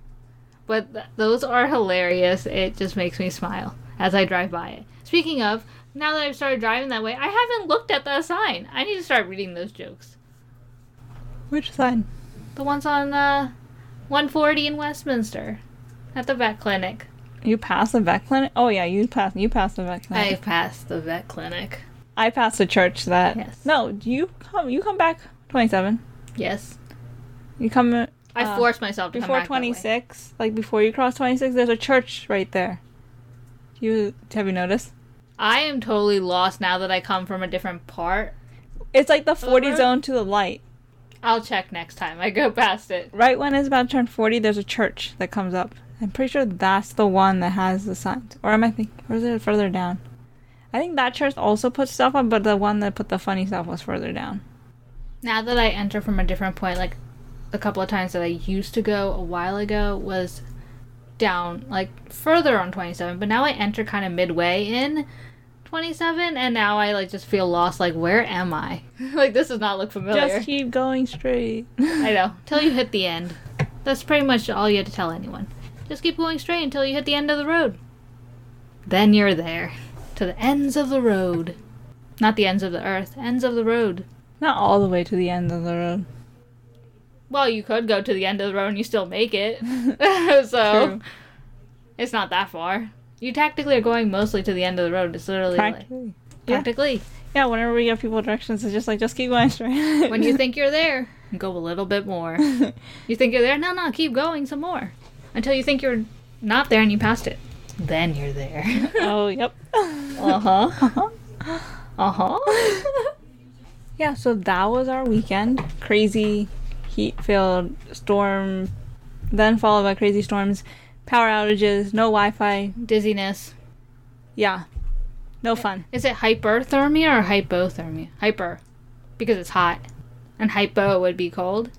But th- those are hilarious. It just makes me smile as I drive by it. Speaking of, now that I've started driving that way, I haven't looked at the sign. I need to start reading those jokes. which sign? The ones on uh, 140 in Westminster at the vet clinic. You passed the vet clinic? Oh yeah, you passed. You passed the vet I clinic. passed the vet clinic. I, passed the church that. Yes. No, do you come. You come back twenty seven. Yes. You come uh, I forced myself to come before back that way. twenty six. Like before you cross twenty six, there's a church right there. You have you noticed? I am totally lost now that I come from a different part. It's like the forty Over. zone to the light. I'll check next time I go past it. Right when it's about to turn forty, there's a church that comes up. I'm pretty sure that's the one that has the signs. Or am I thinking? Or is it further down? I think that church also put stuff up, but the one that put the funny stuff was further down. Now that I enter from a different point, like a couple of times that I used to go a while ago was down, like further on 27, but now I enter kind of midway in 27, and now I like just feel lost. Like, where am I? like, this does not look familiar. Just keep going straight. I know. Till you hit the end. That's pretty much all you had to tell anyone. Just keep going straight until you hit the end of the road. Then you're there. To the ends of the road. Not the ends of the earth, ends of the road. Not all the way to the end of the road. Well, you could go to the end of the road and you still make it. so, True. it's not that far. You tactically are going mostly to the end of the road. It's literally like, Practically. yeah. tactically. Yeah, whenever we give people directions, it's just like, just keep going straight. When you think you're there, go a little bit more. You think you're there? No, no, keep going some more. Until you think you're not there and you passed it. Then you're there. oh, yep. uh huh. Uh huh. yeah, so that was our weekend. Crazy, heat filled storm, then followed by crazy storms, power outages, no Wi Fi. Dizziness. Yeah, no fun. Is it hyperthermia or hypothermia? Hyper. Because it's hot. And hypo would be cold.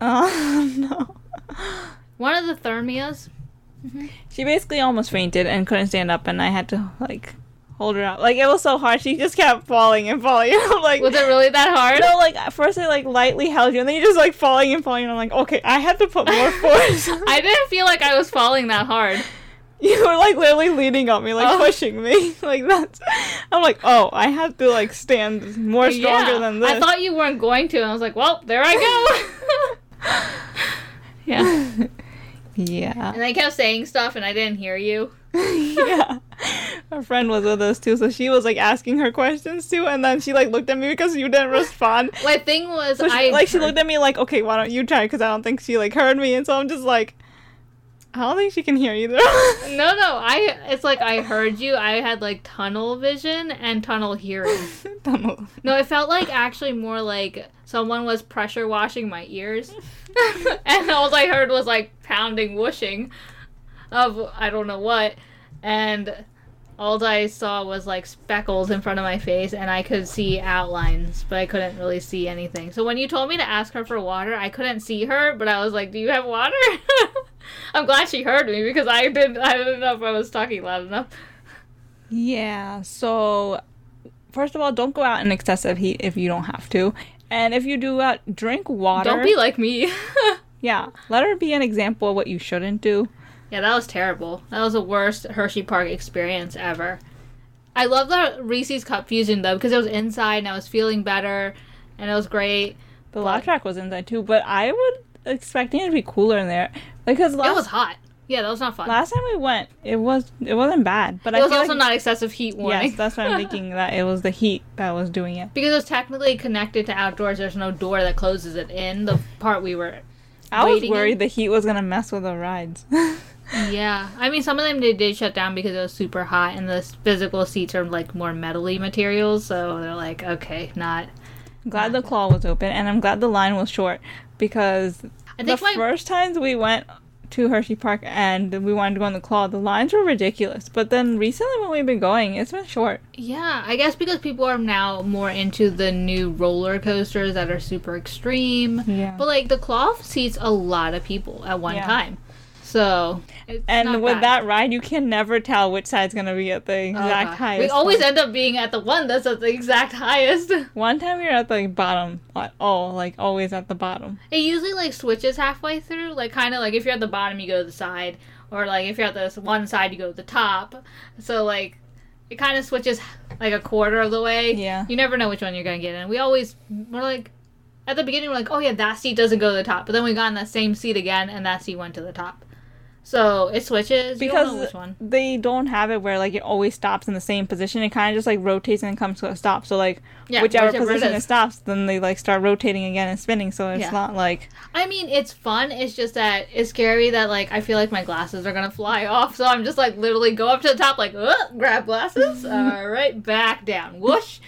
Oh, no. One of the thermias. She basically almost fainted and couldn't stand up, and I had to, like, hold her up. Like, it was so hard. She just kept falling and falling. I'm like, Was it really that hard? No, like at first I like lightly held you, and then you're just like falling and falling. And I'm like, okay, I had to put more force. I didn't feel like I was falling that hard. you were like literally leaning on me, like Oh. pushing me, like that's. I'm like, oh, I had to like stand more stronger Yeah. than this. I thought you weren't going to, and I was like, well, there I go. yeah. yeah, And I kept saying stuff, and I didn't hear you. yeah. Her friend was with us too, so she was like asking her questions too, and then she like looked at me because you didn't respond. My thing was, So she, I like she looked at me like, okay, why don't you try? Because I don't think she like heard me, and so I'm just like, I don't think she can hear either. No, no, I. It's like I heard you. I had like tunnel vision and tunnel hearing. Don't know. No, it felt like actually more like someone was pressure washing my ears, and all I heard was like pounding, whooshing, of I don't know what, and all I saw was like speckles in front of my face, and I could see outlines, but I couldn't really see anything. So when you told me to ask her for water, I couldn't see her, but I was like, "Do you have water?" I'm glad she heard me because I didn't. I didn't know if I was talking loud enough. Yeah, so first of all, don't go out in excessive heat if you don't have to. And if you do out, drink water. Don't be like me. yeah, let her be an example of what you shouldn't do. Yeah, that was terrible. That was the worst Hershey Park experience ever. I love the Reese's Cup fusion though because it was inside and I was feeling better, and it was great. The laugh track was inside too, but I would expecting it to be cooler in there because It last was hot. Yeah, that was not fun. last time we went, it was it wasn't bad, but I it was feel also like, not excessive heat warning. yes, that's why I'm thinking that it was the heat that was doing it. because it was technically connected to outdoors. There's no door that closes it in the part we were. I was Waiting in- worried the heat was gonna mess with the rides. Yeah, I mean some of them they did shut down because it was super hot and the physical seats are like more metally materials, so they're like okay, not. I'm glad the claw was open, and I'm glad the line was short because I the think my first times we went to Hershey Park and we wanted to go on the claw, the lines were ridiculous. But then recently, when we've been going, it's been short. Yeah, I guess because people are now more into the new roller coasters that are super extreme. Yeah. But like the cloth seats a lot of people at one Yeah. time. So, it's And not with bad. that ride, you can never tell which side's gonna be at the Oh, exact God. highest. We always point. end up being at the one that's at the exact highest. It One time we were at the bottom. Like, oh, like always at the bottom. usually like switches halfway through, like kind of like if you're at the bottom, you go to the side, or like if you're at this one side, you go to the top. So like it kind of switches like a quarter of the way. Yeah. You never know which one you're gonna get in. We always we're like at the beginning we're like, oh yeah, that seat doesn't go to the top, but then we got in that same seat again, and that seat went to the top. So it switches. you don't know Because which one. they don't have it where like it always stops in the same position. It kind of just like rotates and comes to a stop. So like Yeah, whichever whichever it position it is. stops, then they like start rotating again and spinning. So it's Yeah. not like I mean, it's fun. It's just that it's scary that like I feel like my glasses are gonna fly off. So I'm just like literally go up to the top, like "Ugh, grab glasses. All right, back down. Whoosh,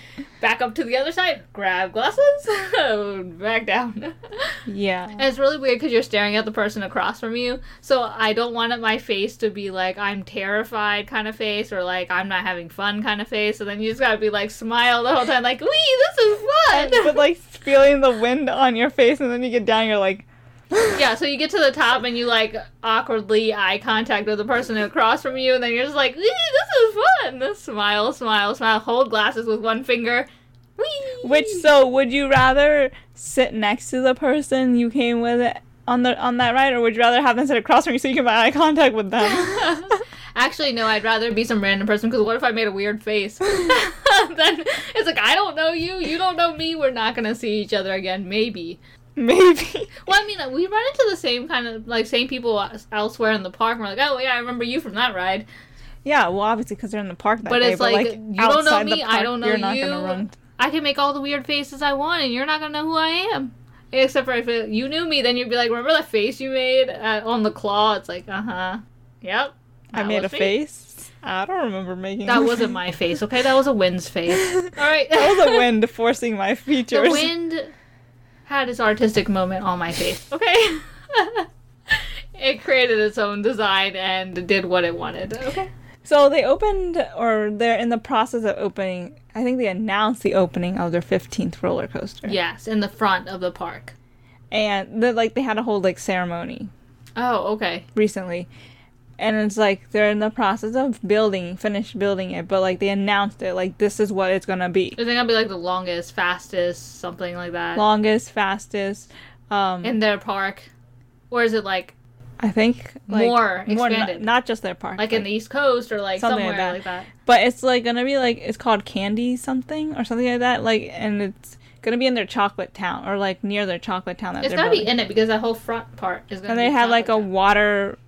back up to the other side. Grab glasses. back down. yeah. And it's really weird because you're staring at the person across from you. So I don't want my face to be like I'm terrified kind of face or like I'm not having fun kind of face. So then you just gotta be like smile the whole time, like wee, this is fun. but like feeling the wind on your face, and then you get down, you're like, Yeah, so you get to the top and you like awkwardly eye contact with the person across from you, and then you're just like, "Wee, this is fun. Smile, smile, smile. Hold glasses with one finger. Whee! Which so would you rather sit next to the person you came with on the on that ride, or would you rather have them sit across from you so you can make eye contact with them? Actually, no. I'd rather be some random person because what if I made a weird face? then it's like I don't know you, you don't know me. We're not gonna see each other again. Maybe. Maybe. Well, I mean, we run into the same kind of like same people elsewhere in the park. And we're like, oh yeah, I remember you from that ride. Yeah, well, obviously because they're in the park that But day. it's but like, like, you don't know outside the me, I park, don't know You're not you. gonna run. I can make all the weird faces I want, and you're not gonna know who I am. Except for if it- you knew me, then you'd be like, "Remember that face you made uh, on the claw?" It's like, "Uh huh, yep." I that made a was me." face. I don't remember making. That a wasn't my face, okay? That was a wind's face. All right. that was the wind forcing my the features. wind had its artistic moment on my face, okay? it created its own design and did what it wanted. Okay. So they opened, or they're in the process of opening. I think they announced the opening of their 15th roller coaster. Yes, in the front of the park. And they like they had a whole like ceremony Oh, okay. recently. And it's like they're in the process of building, finished building it, but like they announced it, like this is what it's gonna be. Is it gonna be like the longest, fastest, something like that? Longest, fastest, um in their park, or is it like I think like More n- expanded. not just their park. like in the East Coast or like Something somewhere like like that? But it's like gonna be like it's called candy something or something like that. Like and it's gonna be in their chocolate town or like near their chocolate town that It's they're gotta be building. in it because that whole front part is gonna. and be they had like a chocolate. water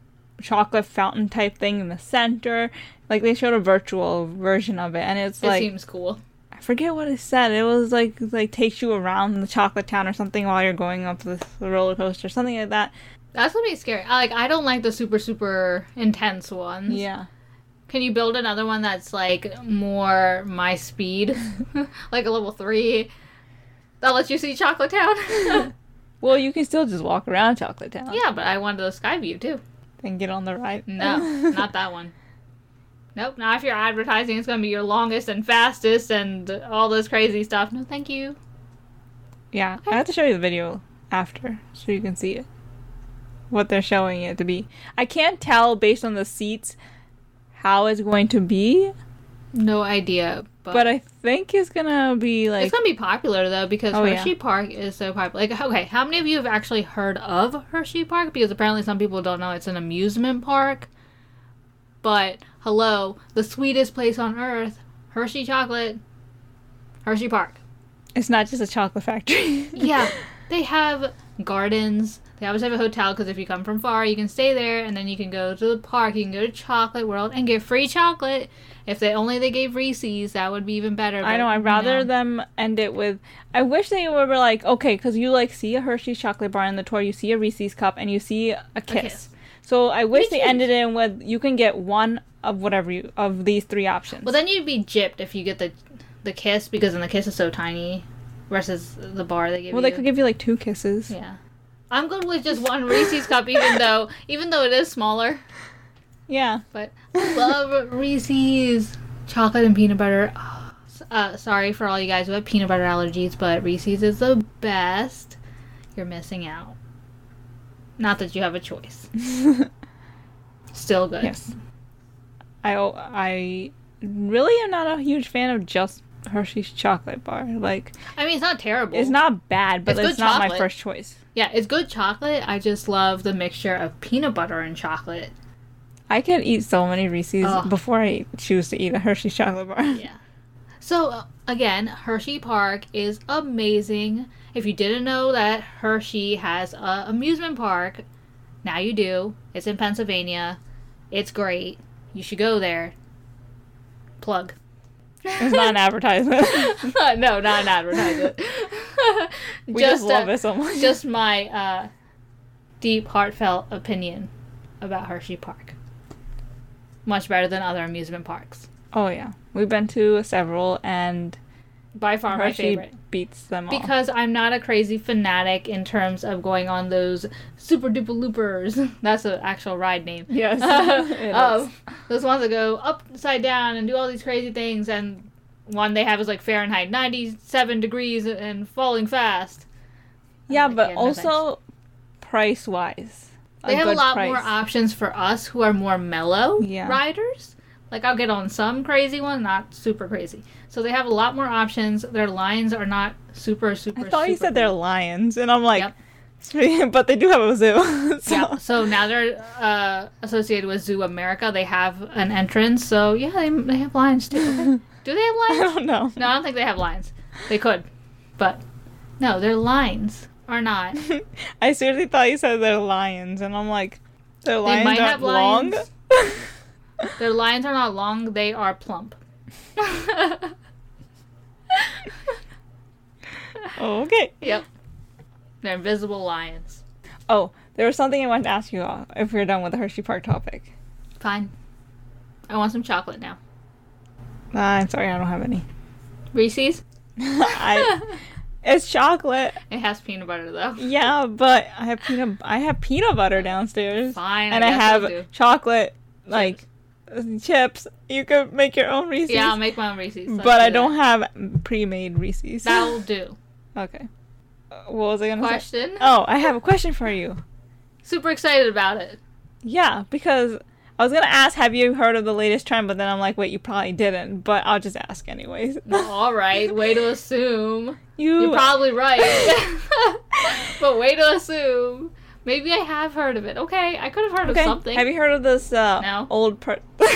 chocolate fountain type thing in the center. Like they showed a virtual version of it and it's It like seems cool. I forget what it said. It was like like takes you around the chocolate town or something while you're going up the the roller coaster, something like that. That's gonna be scary. I, like I don't like the super super intense ones. Yeah. Can you build another one that's like more my speed, like a level three? That lets you see Chocolate Town. Well, you can still just walk around Chocolate Town yeah, but I wanted the sky view too. and get on the ride. No, not that one. Nope, not if you're advertising it's going to be your longest and fastest and all this crazy stuff. No, thank you. yeah, I have to show you the video after so you can see it. What they're showing it to be. I can't tell based on the seats how it's going to be, No idea. But, but I think it's gonna be like it's going to be popular though because Oh, yeah. Hershey Park is so popular. Like, okay, how many of you have actually heard of Hershey Park? Because apparently some people don't know it's an amusement park. But hello, the sweetest place on earth, Hershey chocolate, Hershey Park. it's not just a chocolate factory. yeah, they have gardens. They always have a hotel because if you come from far, you can stay there, and then you can go to the park. You can go to Chocolate World and get free chocolate. If they only they gave Reese's, that would be even better. I know. I'd rather than them end it with. I wish they were like okay, because you like see a Hershey's chocolate bar in the tour, you see a Reese's cup, and you see a kiss. kiss. So I wish Me they too. ended it with you can get one of whatever you of these three options. Well, then you'd be gypped if you get the the kiss because then the kiss is so tiny, versus the bar they give. well, they you. could give you like two kisses. Yeah, Yeah, I'm good with just one Reese's cup, even though even though it is smaller. But I love Reese's chocolate and peanut butter. Ah, s- Uh, sorry for all you guys who have peanut butter allergies, but Reese's is the best. You're missing out. Not that you have a choice. Still good. Yes. I I really am not a huge fan of just Hershey's chocolate bar. Like I mean, it's not terrible. it's not bad, but It's it's, good not my chocolate. first choice. Yeah, it's good chocolate. I just love the mixture of peanut butter and chocolate. I could eat so many Reese's Ugh. before I choose to eat a Hershey's chocolate bar. Yeah. So uh, again, Hershey Park is amazing. If you didn't know that Hershey has a amusement park, now you do. It's in Pennsylvania. It's great. You should go there. Plug. It's not an advertisement. no, not an advertisement. we just, love uh, it so much. Just my uh, deep, heartfelt opinion about Hershey Park. Much better than other amusement parks. oh yeah, we've been to several, and By far my Hershey favorite. beats them all. Because I'm not a crazy fanatic in terms of going on those super duper loopers. That's an actual ride name. yes, it is. um, those ones that go upside down and do all these crazy things, and one they have is like Fahrenheit 97 degrees and falling fast. yeah, like, but yeah, no also price wise, They have a lot more options for us who are more mellow Yeah. riders. Like I'll get on some crazy one, not super crazy. So they have a lot more options. Their lines are not super super. I thought you super said they're deep. lions, and I'm like, Yep. it's pretty- but they do have a zoo. so. Yeah. So now they're uh, associated with Zoo America. They have an entrance. So yeah, they, they have lines too. Okay. Do they I have lines? don't know. No, I don't think they have lines. They could, but no, their lines are not. I seriously thought you said they're lions, and I'm like, their lions might aren't have long. lions. Their lines are not long. They are plump. oh, okay. Yep. They're invisible lions. Oh, there was something I wanted to ask you all if we're done with the Hershey Park topic. Fine. I want some chocolate now. Uh, I'm sorry, I don't have any. Reese's? I, it's chocolate. It has peanut butter though. Yeah, but I have peanut. I have peanut butter downstairs, Fine. and I, guess I'll do. have chocolate like chips. You could make your own Reese's. Yeah, I'll make my own Reese's. Let's but I do don't have pre-made Reese's. That. That'll do. okay. Uh, What was I gonna say? Question. Oh, I have a question for you. Super excited about it. Yeah, because I was gonna ask, have you heard of the latest trend? But then I'm like, wait, you probably didn't. But I'll just ask anyways. All right. Way to assume. you You're probably right. but way to assume. Maybe I have heard of it. Okay, I could have heard okay. of something. Have you heard of this uh, No. old per? Why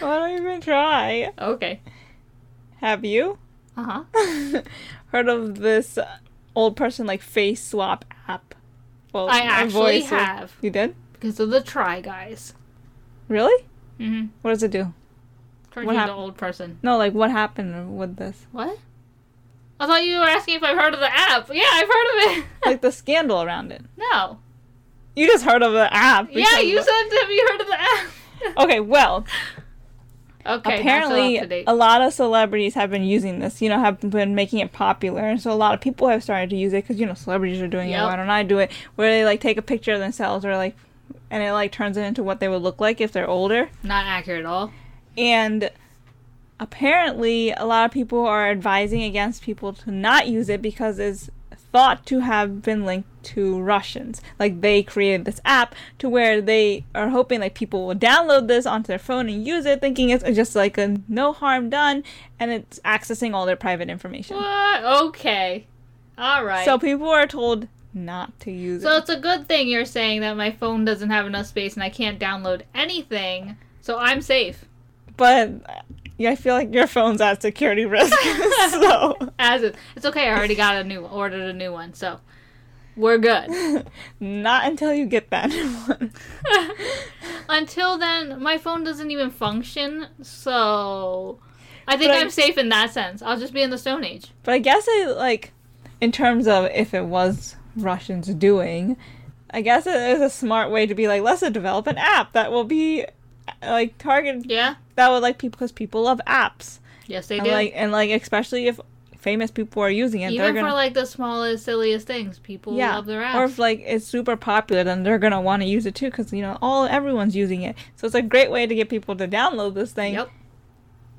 don't you even try? okay. Have you Uh huh. heard of this uh, old person like face swap app? Well, I a actually voice- have You did? because of the try guys. Really? Mm-hmm. What does it do? Turns What you into happened? old person. No, like what happened with this? What? I thought you were asking if I've heard of the app. Yeah, I've heard of it. Like the scandal around it. no. You just heard of the app. yeah, because you of- said have you heard of the app? Okay, well, okay. apparently Apparently, up to date. a lot of celebrities have been using this you know have been making it popular and so a lot of people have started to use it because you know celebrities are doing it Yep. why don't i do it where they like take a picture of themselves or like and it like turns it into what they would look like if they're older not accurate at all. and apparently a lot of people are advising against people to not use it because it's thought to have been linked to Russians. Like they created this app to where they are hoping like people will download this onto their phone and use it thinking it's just like a no harm done and it's accessing all their private information. What? Okay. All right. So So, people are told not to use it. it's a good thing you're saying that my phone doesn't have enough space and I can't download anything, so I'm safe. But uh, yeah, I feel like your phone's at security risk. so As it, it's okay. I already got a new ordered a new one, so we're good. not until you get that one. Until then, my phone doesn't even function, so I think But I- I'm safe in that sense. I'll just be in the Stone Age. But I guess it like, in terms of if it was Russians doing, I guess it is a smart way to be like, let's develop an app that will be, like, target Yeah. that would like people because people love apps Yes, they and do. like and like especially if famous people are using it, they're even gonna for like the smallest, silliest things, people yeah. love their Or apps. if like it's super popular, then they're gonna want to use it too because you know all everyone's using it. So it's a great way to get people to download this thing. yep.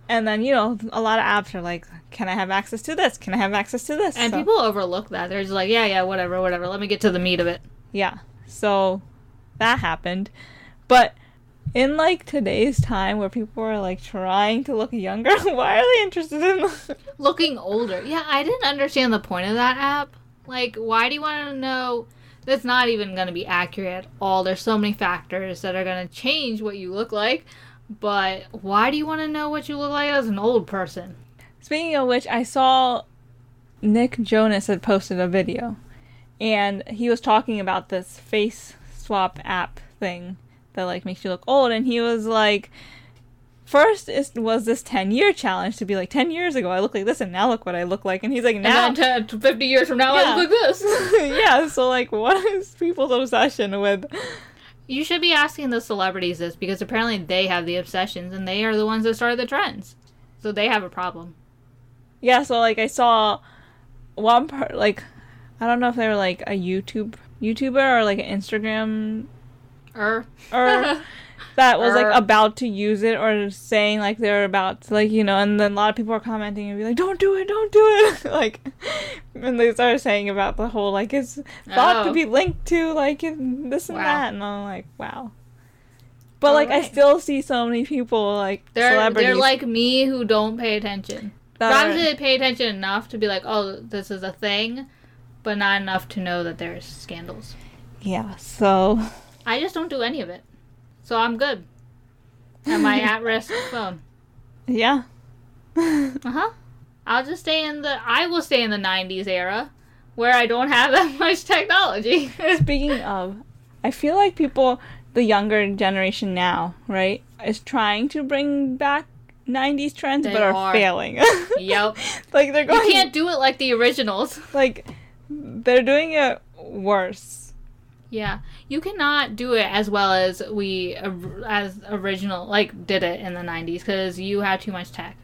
And then you know a lot of apps are like, can I have access to this? Can I have access to this? And So- people overlook that. They're just like, yeah, yeah, whatever, whatever. Let me get to the meat of it. Yeah. So that happened. But in like today's time where people are like trying to look younger, why are they interested in Looking older. Yeah, I didn't understand the point of that app. Like, why do you want to know? That's not even going to be accurate at all. There's so many factors that are going to change what you look like. But why do you want to know what you look like as an old person? Speaking of which, I saw Nick Jonas had posted a video and he was talking about this face swap app thing that like makes you look old and he was like first is, was this 10 year challenge to be like 10 years ago I look like this and now look what I look like and he's like now And then 10 to 50 years from now, Yeah. I look like this. yeah so like what is people's obsession with You should be asking the celebrities this because apparently they have the obsessions and they are the ones that started the trends. So they have a problem. yeah so like I saw one part like I don't know if they were like a YouTube YouTuber or like an Instagram Er. or that was Or- like about to use it or saying like they're about to like you know and then a lot of people are commenting and be like don't do it don't do it like and they started saying about the whole like it's thought to Oh. be linked to like in this and Wow. that and i'm like wow but All like i right. still see so many people like They're, celebrities they're like me who don't pay attention. that are- Probably they pay attention enough to be like, oh, this is a thing, but not enough to know that there's scandals. yeah so I just don't do any of it. So I'm good. At my at risk phone. yeah Uh Uh-huh. huh. I'll just stay in the. I will stay in the 90s era where I don't have that much technology. Speaking of, I feel like people, the younger generation now, right, is trying to bring back 90s trends They but are, are. failing. Yep. like they're You going can't do it like the originals. like they're doing it worse. Yeah, you cannot do it as well as we or- as original like did it in the '90s because you have too much tech.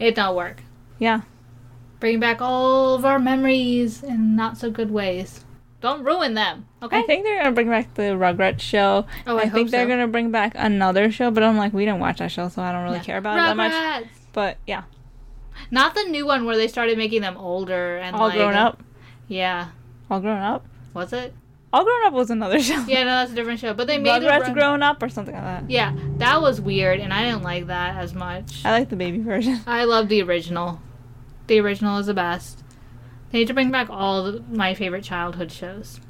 It don't work. Yeah. Bring back all of our memories in not so good ways. Don't ruin them. Okay. I think they're going to bring back the Rugrats show. oh, I, hope think they're so. going to bring back another show, but I'm like we don't watch that show so I don't really Yeah. care about it that much. Rugrats! But yeah, Not the new one where they started making them older and all like, grown up. Yeah, All grown up. was it? All grown up was another show. Yeah, no, that's a different show. But they made the Rugrats Rug- grown up or something like that. Yeah, that was weird, and I didn't like that as much. I like the baby version. I love the original. The original is the best. They need to bring back all the, my favorite childhood shows.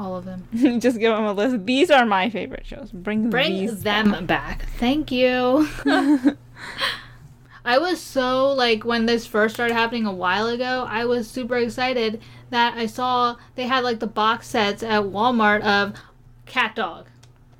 All of them. just give them a list. These are my favorite shows. Bring, Bring Oh these them back. Thank you. back. I was so like when this first started happening a while ago, I was super excited that I saw they had like the box sets at Walmart of Cat Dog.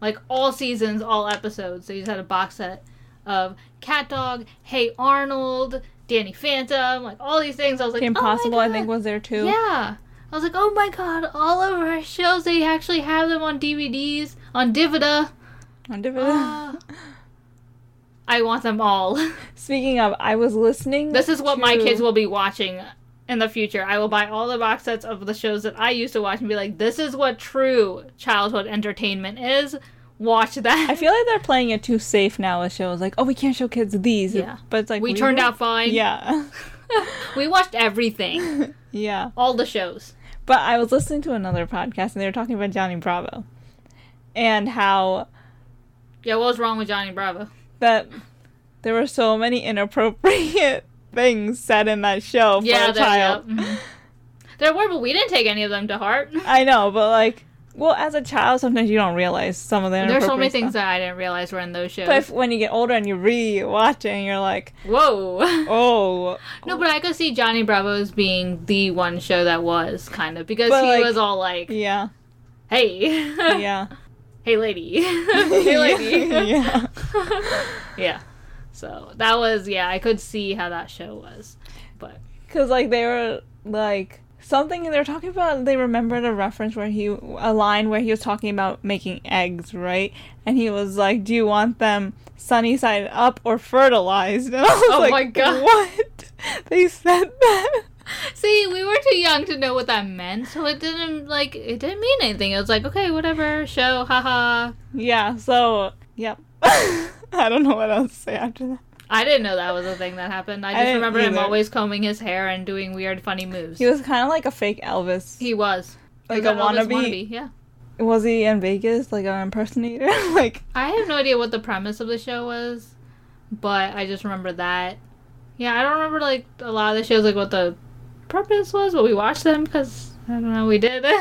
Like all seasons, all episodes. They just had a box set of Cat Dog, Hey Arnold, Danny Phantom, like all these things. I was like, Kim "Oh my Possible, I God." think, was there too. Yeah. I was like, oh my god, all of our shows, they actually have them on DVDs, on Divida. Wonder if- Ah. I want them all. Speaking of, I was listening. this is what my to- kids will be watching in the future. I will buy all the box sets of the shows that I used to watch and be like, this is what true childhood entertainment is. Watch that. I feel like they're playing it too safe now with shows like, oh, we can't show kids these. Yeah. But it's like we, turned were- out fine. Yeah, We watched everything, yeah. all the shows. But I was listening to another podcast and they were talking about Johnny Bravo, and how Yeah, what was wrong with Johnny Bravo? that there were so many inappropriate things said in that show yeah, for a there, child. yeah, mhm. there were, but we didn't take any of them to heart. I know, but like, well, as a child, sometimes you don't realize some of the There's so many inappropriate things stuff. that I didn't realize were in those shows. But if, when you get older and you re-watch it, and you're like, Whoa. oh, No, but I could see Johnny Bravo's being the one show that was kind of because But, he like- was all like, yeah, "Hey, yeah, hey, lady, hey, lady." yeah. yeah. So that was yeah. I could see how that show was, but Because like they were like something they were talking about. They remembered a reference where he a line where he was talking about making eggs, right? And he was like, "Do you want them sunny side up or fertilized?" And I was Oh like, my God. What they said that? see, we were too young to know what that meant, so it didn't like it didn't mean anything. It was like okay, whatever, show, haha. Yeah. So yep. I don't know what else to say after that. I didn't know that was a thing that happened. I I just didn't remember him either. always combing his hair and doing weird, funny moves. He was kind of like a fake Elvis. He was. Like He was a an Elvis wannabe. Yeah. Was he in Vegas, like an impersonator? like, I have no idea what the premise of the show was, but I just remember that. Yeah, I don't remember like a lot of the shows like what the purpose was, but we watched them because I don't know we did.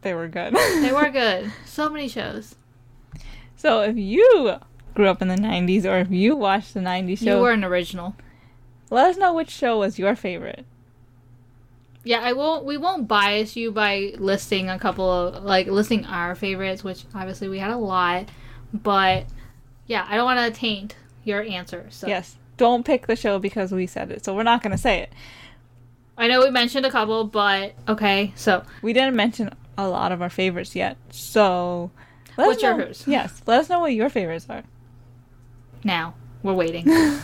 they were good. they were good. So many shows. So if you grew up in the 90s or if you watched the 90s show, You were an original. let us know which show was your favorite. Yeah, I won't. We won't bias you by listing a couple of like listing our favorites, which obviously we had a lot, but yeah, I don't want to taint your answer. So Yes. Don't pick the show because we said it. So we're not going to say it. I know we mentioned a couple, but okay. So We didn't mention a lot of our favorites yet. So let What's us know- yours? Yes. Let us know what your favorites are. now we're waiting. Do,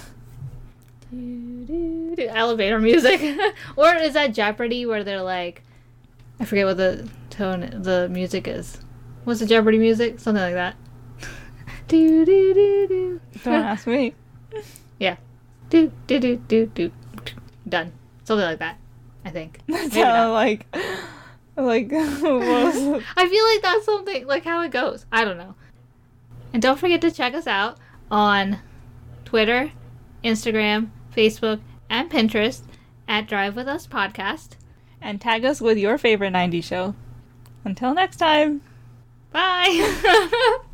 do, do, Elevator music, or is that Jeopardy where they're like, I forget what the tone the music is. What's the Jeopardy music? Something like that. do do do do. Don't ask me. Yeah. Do do do do do. Done. Something like that. I think. That's Maybe how, not. like, like, what was- I feel like that's something like how it goes. I don't know. And don't forget to check us out on Twitter, Instagram, Facebook, and Pinterest at Drive With Us Podcast. and tag us with your favorite 90s show. Until next time. Bye.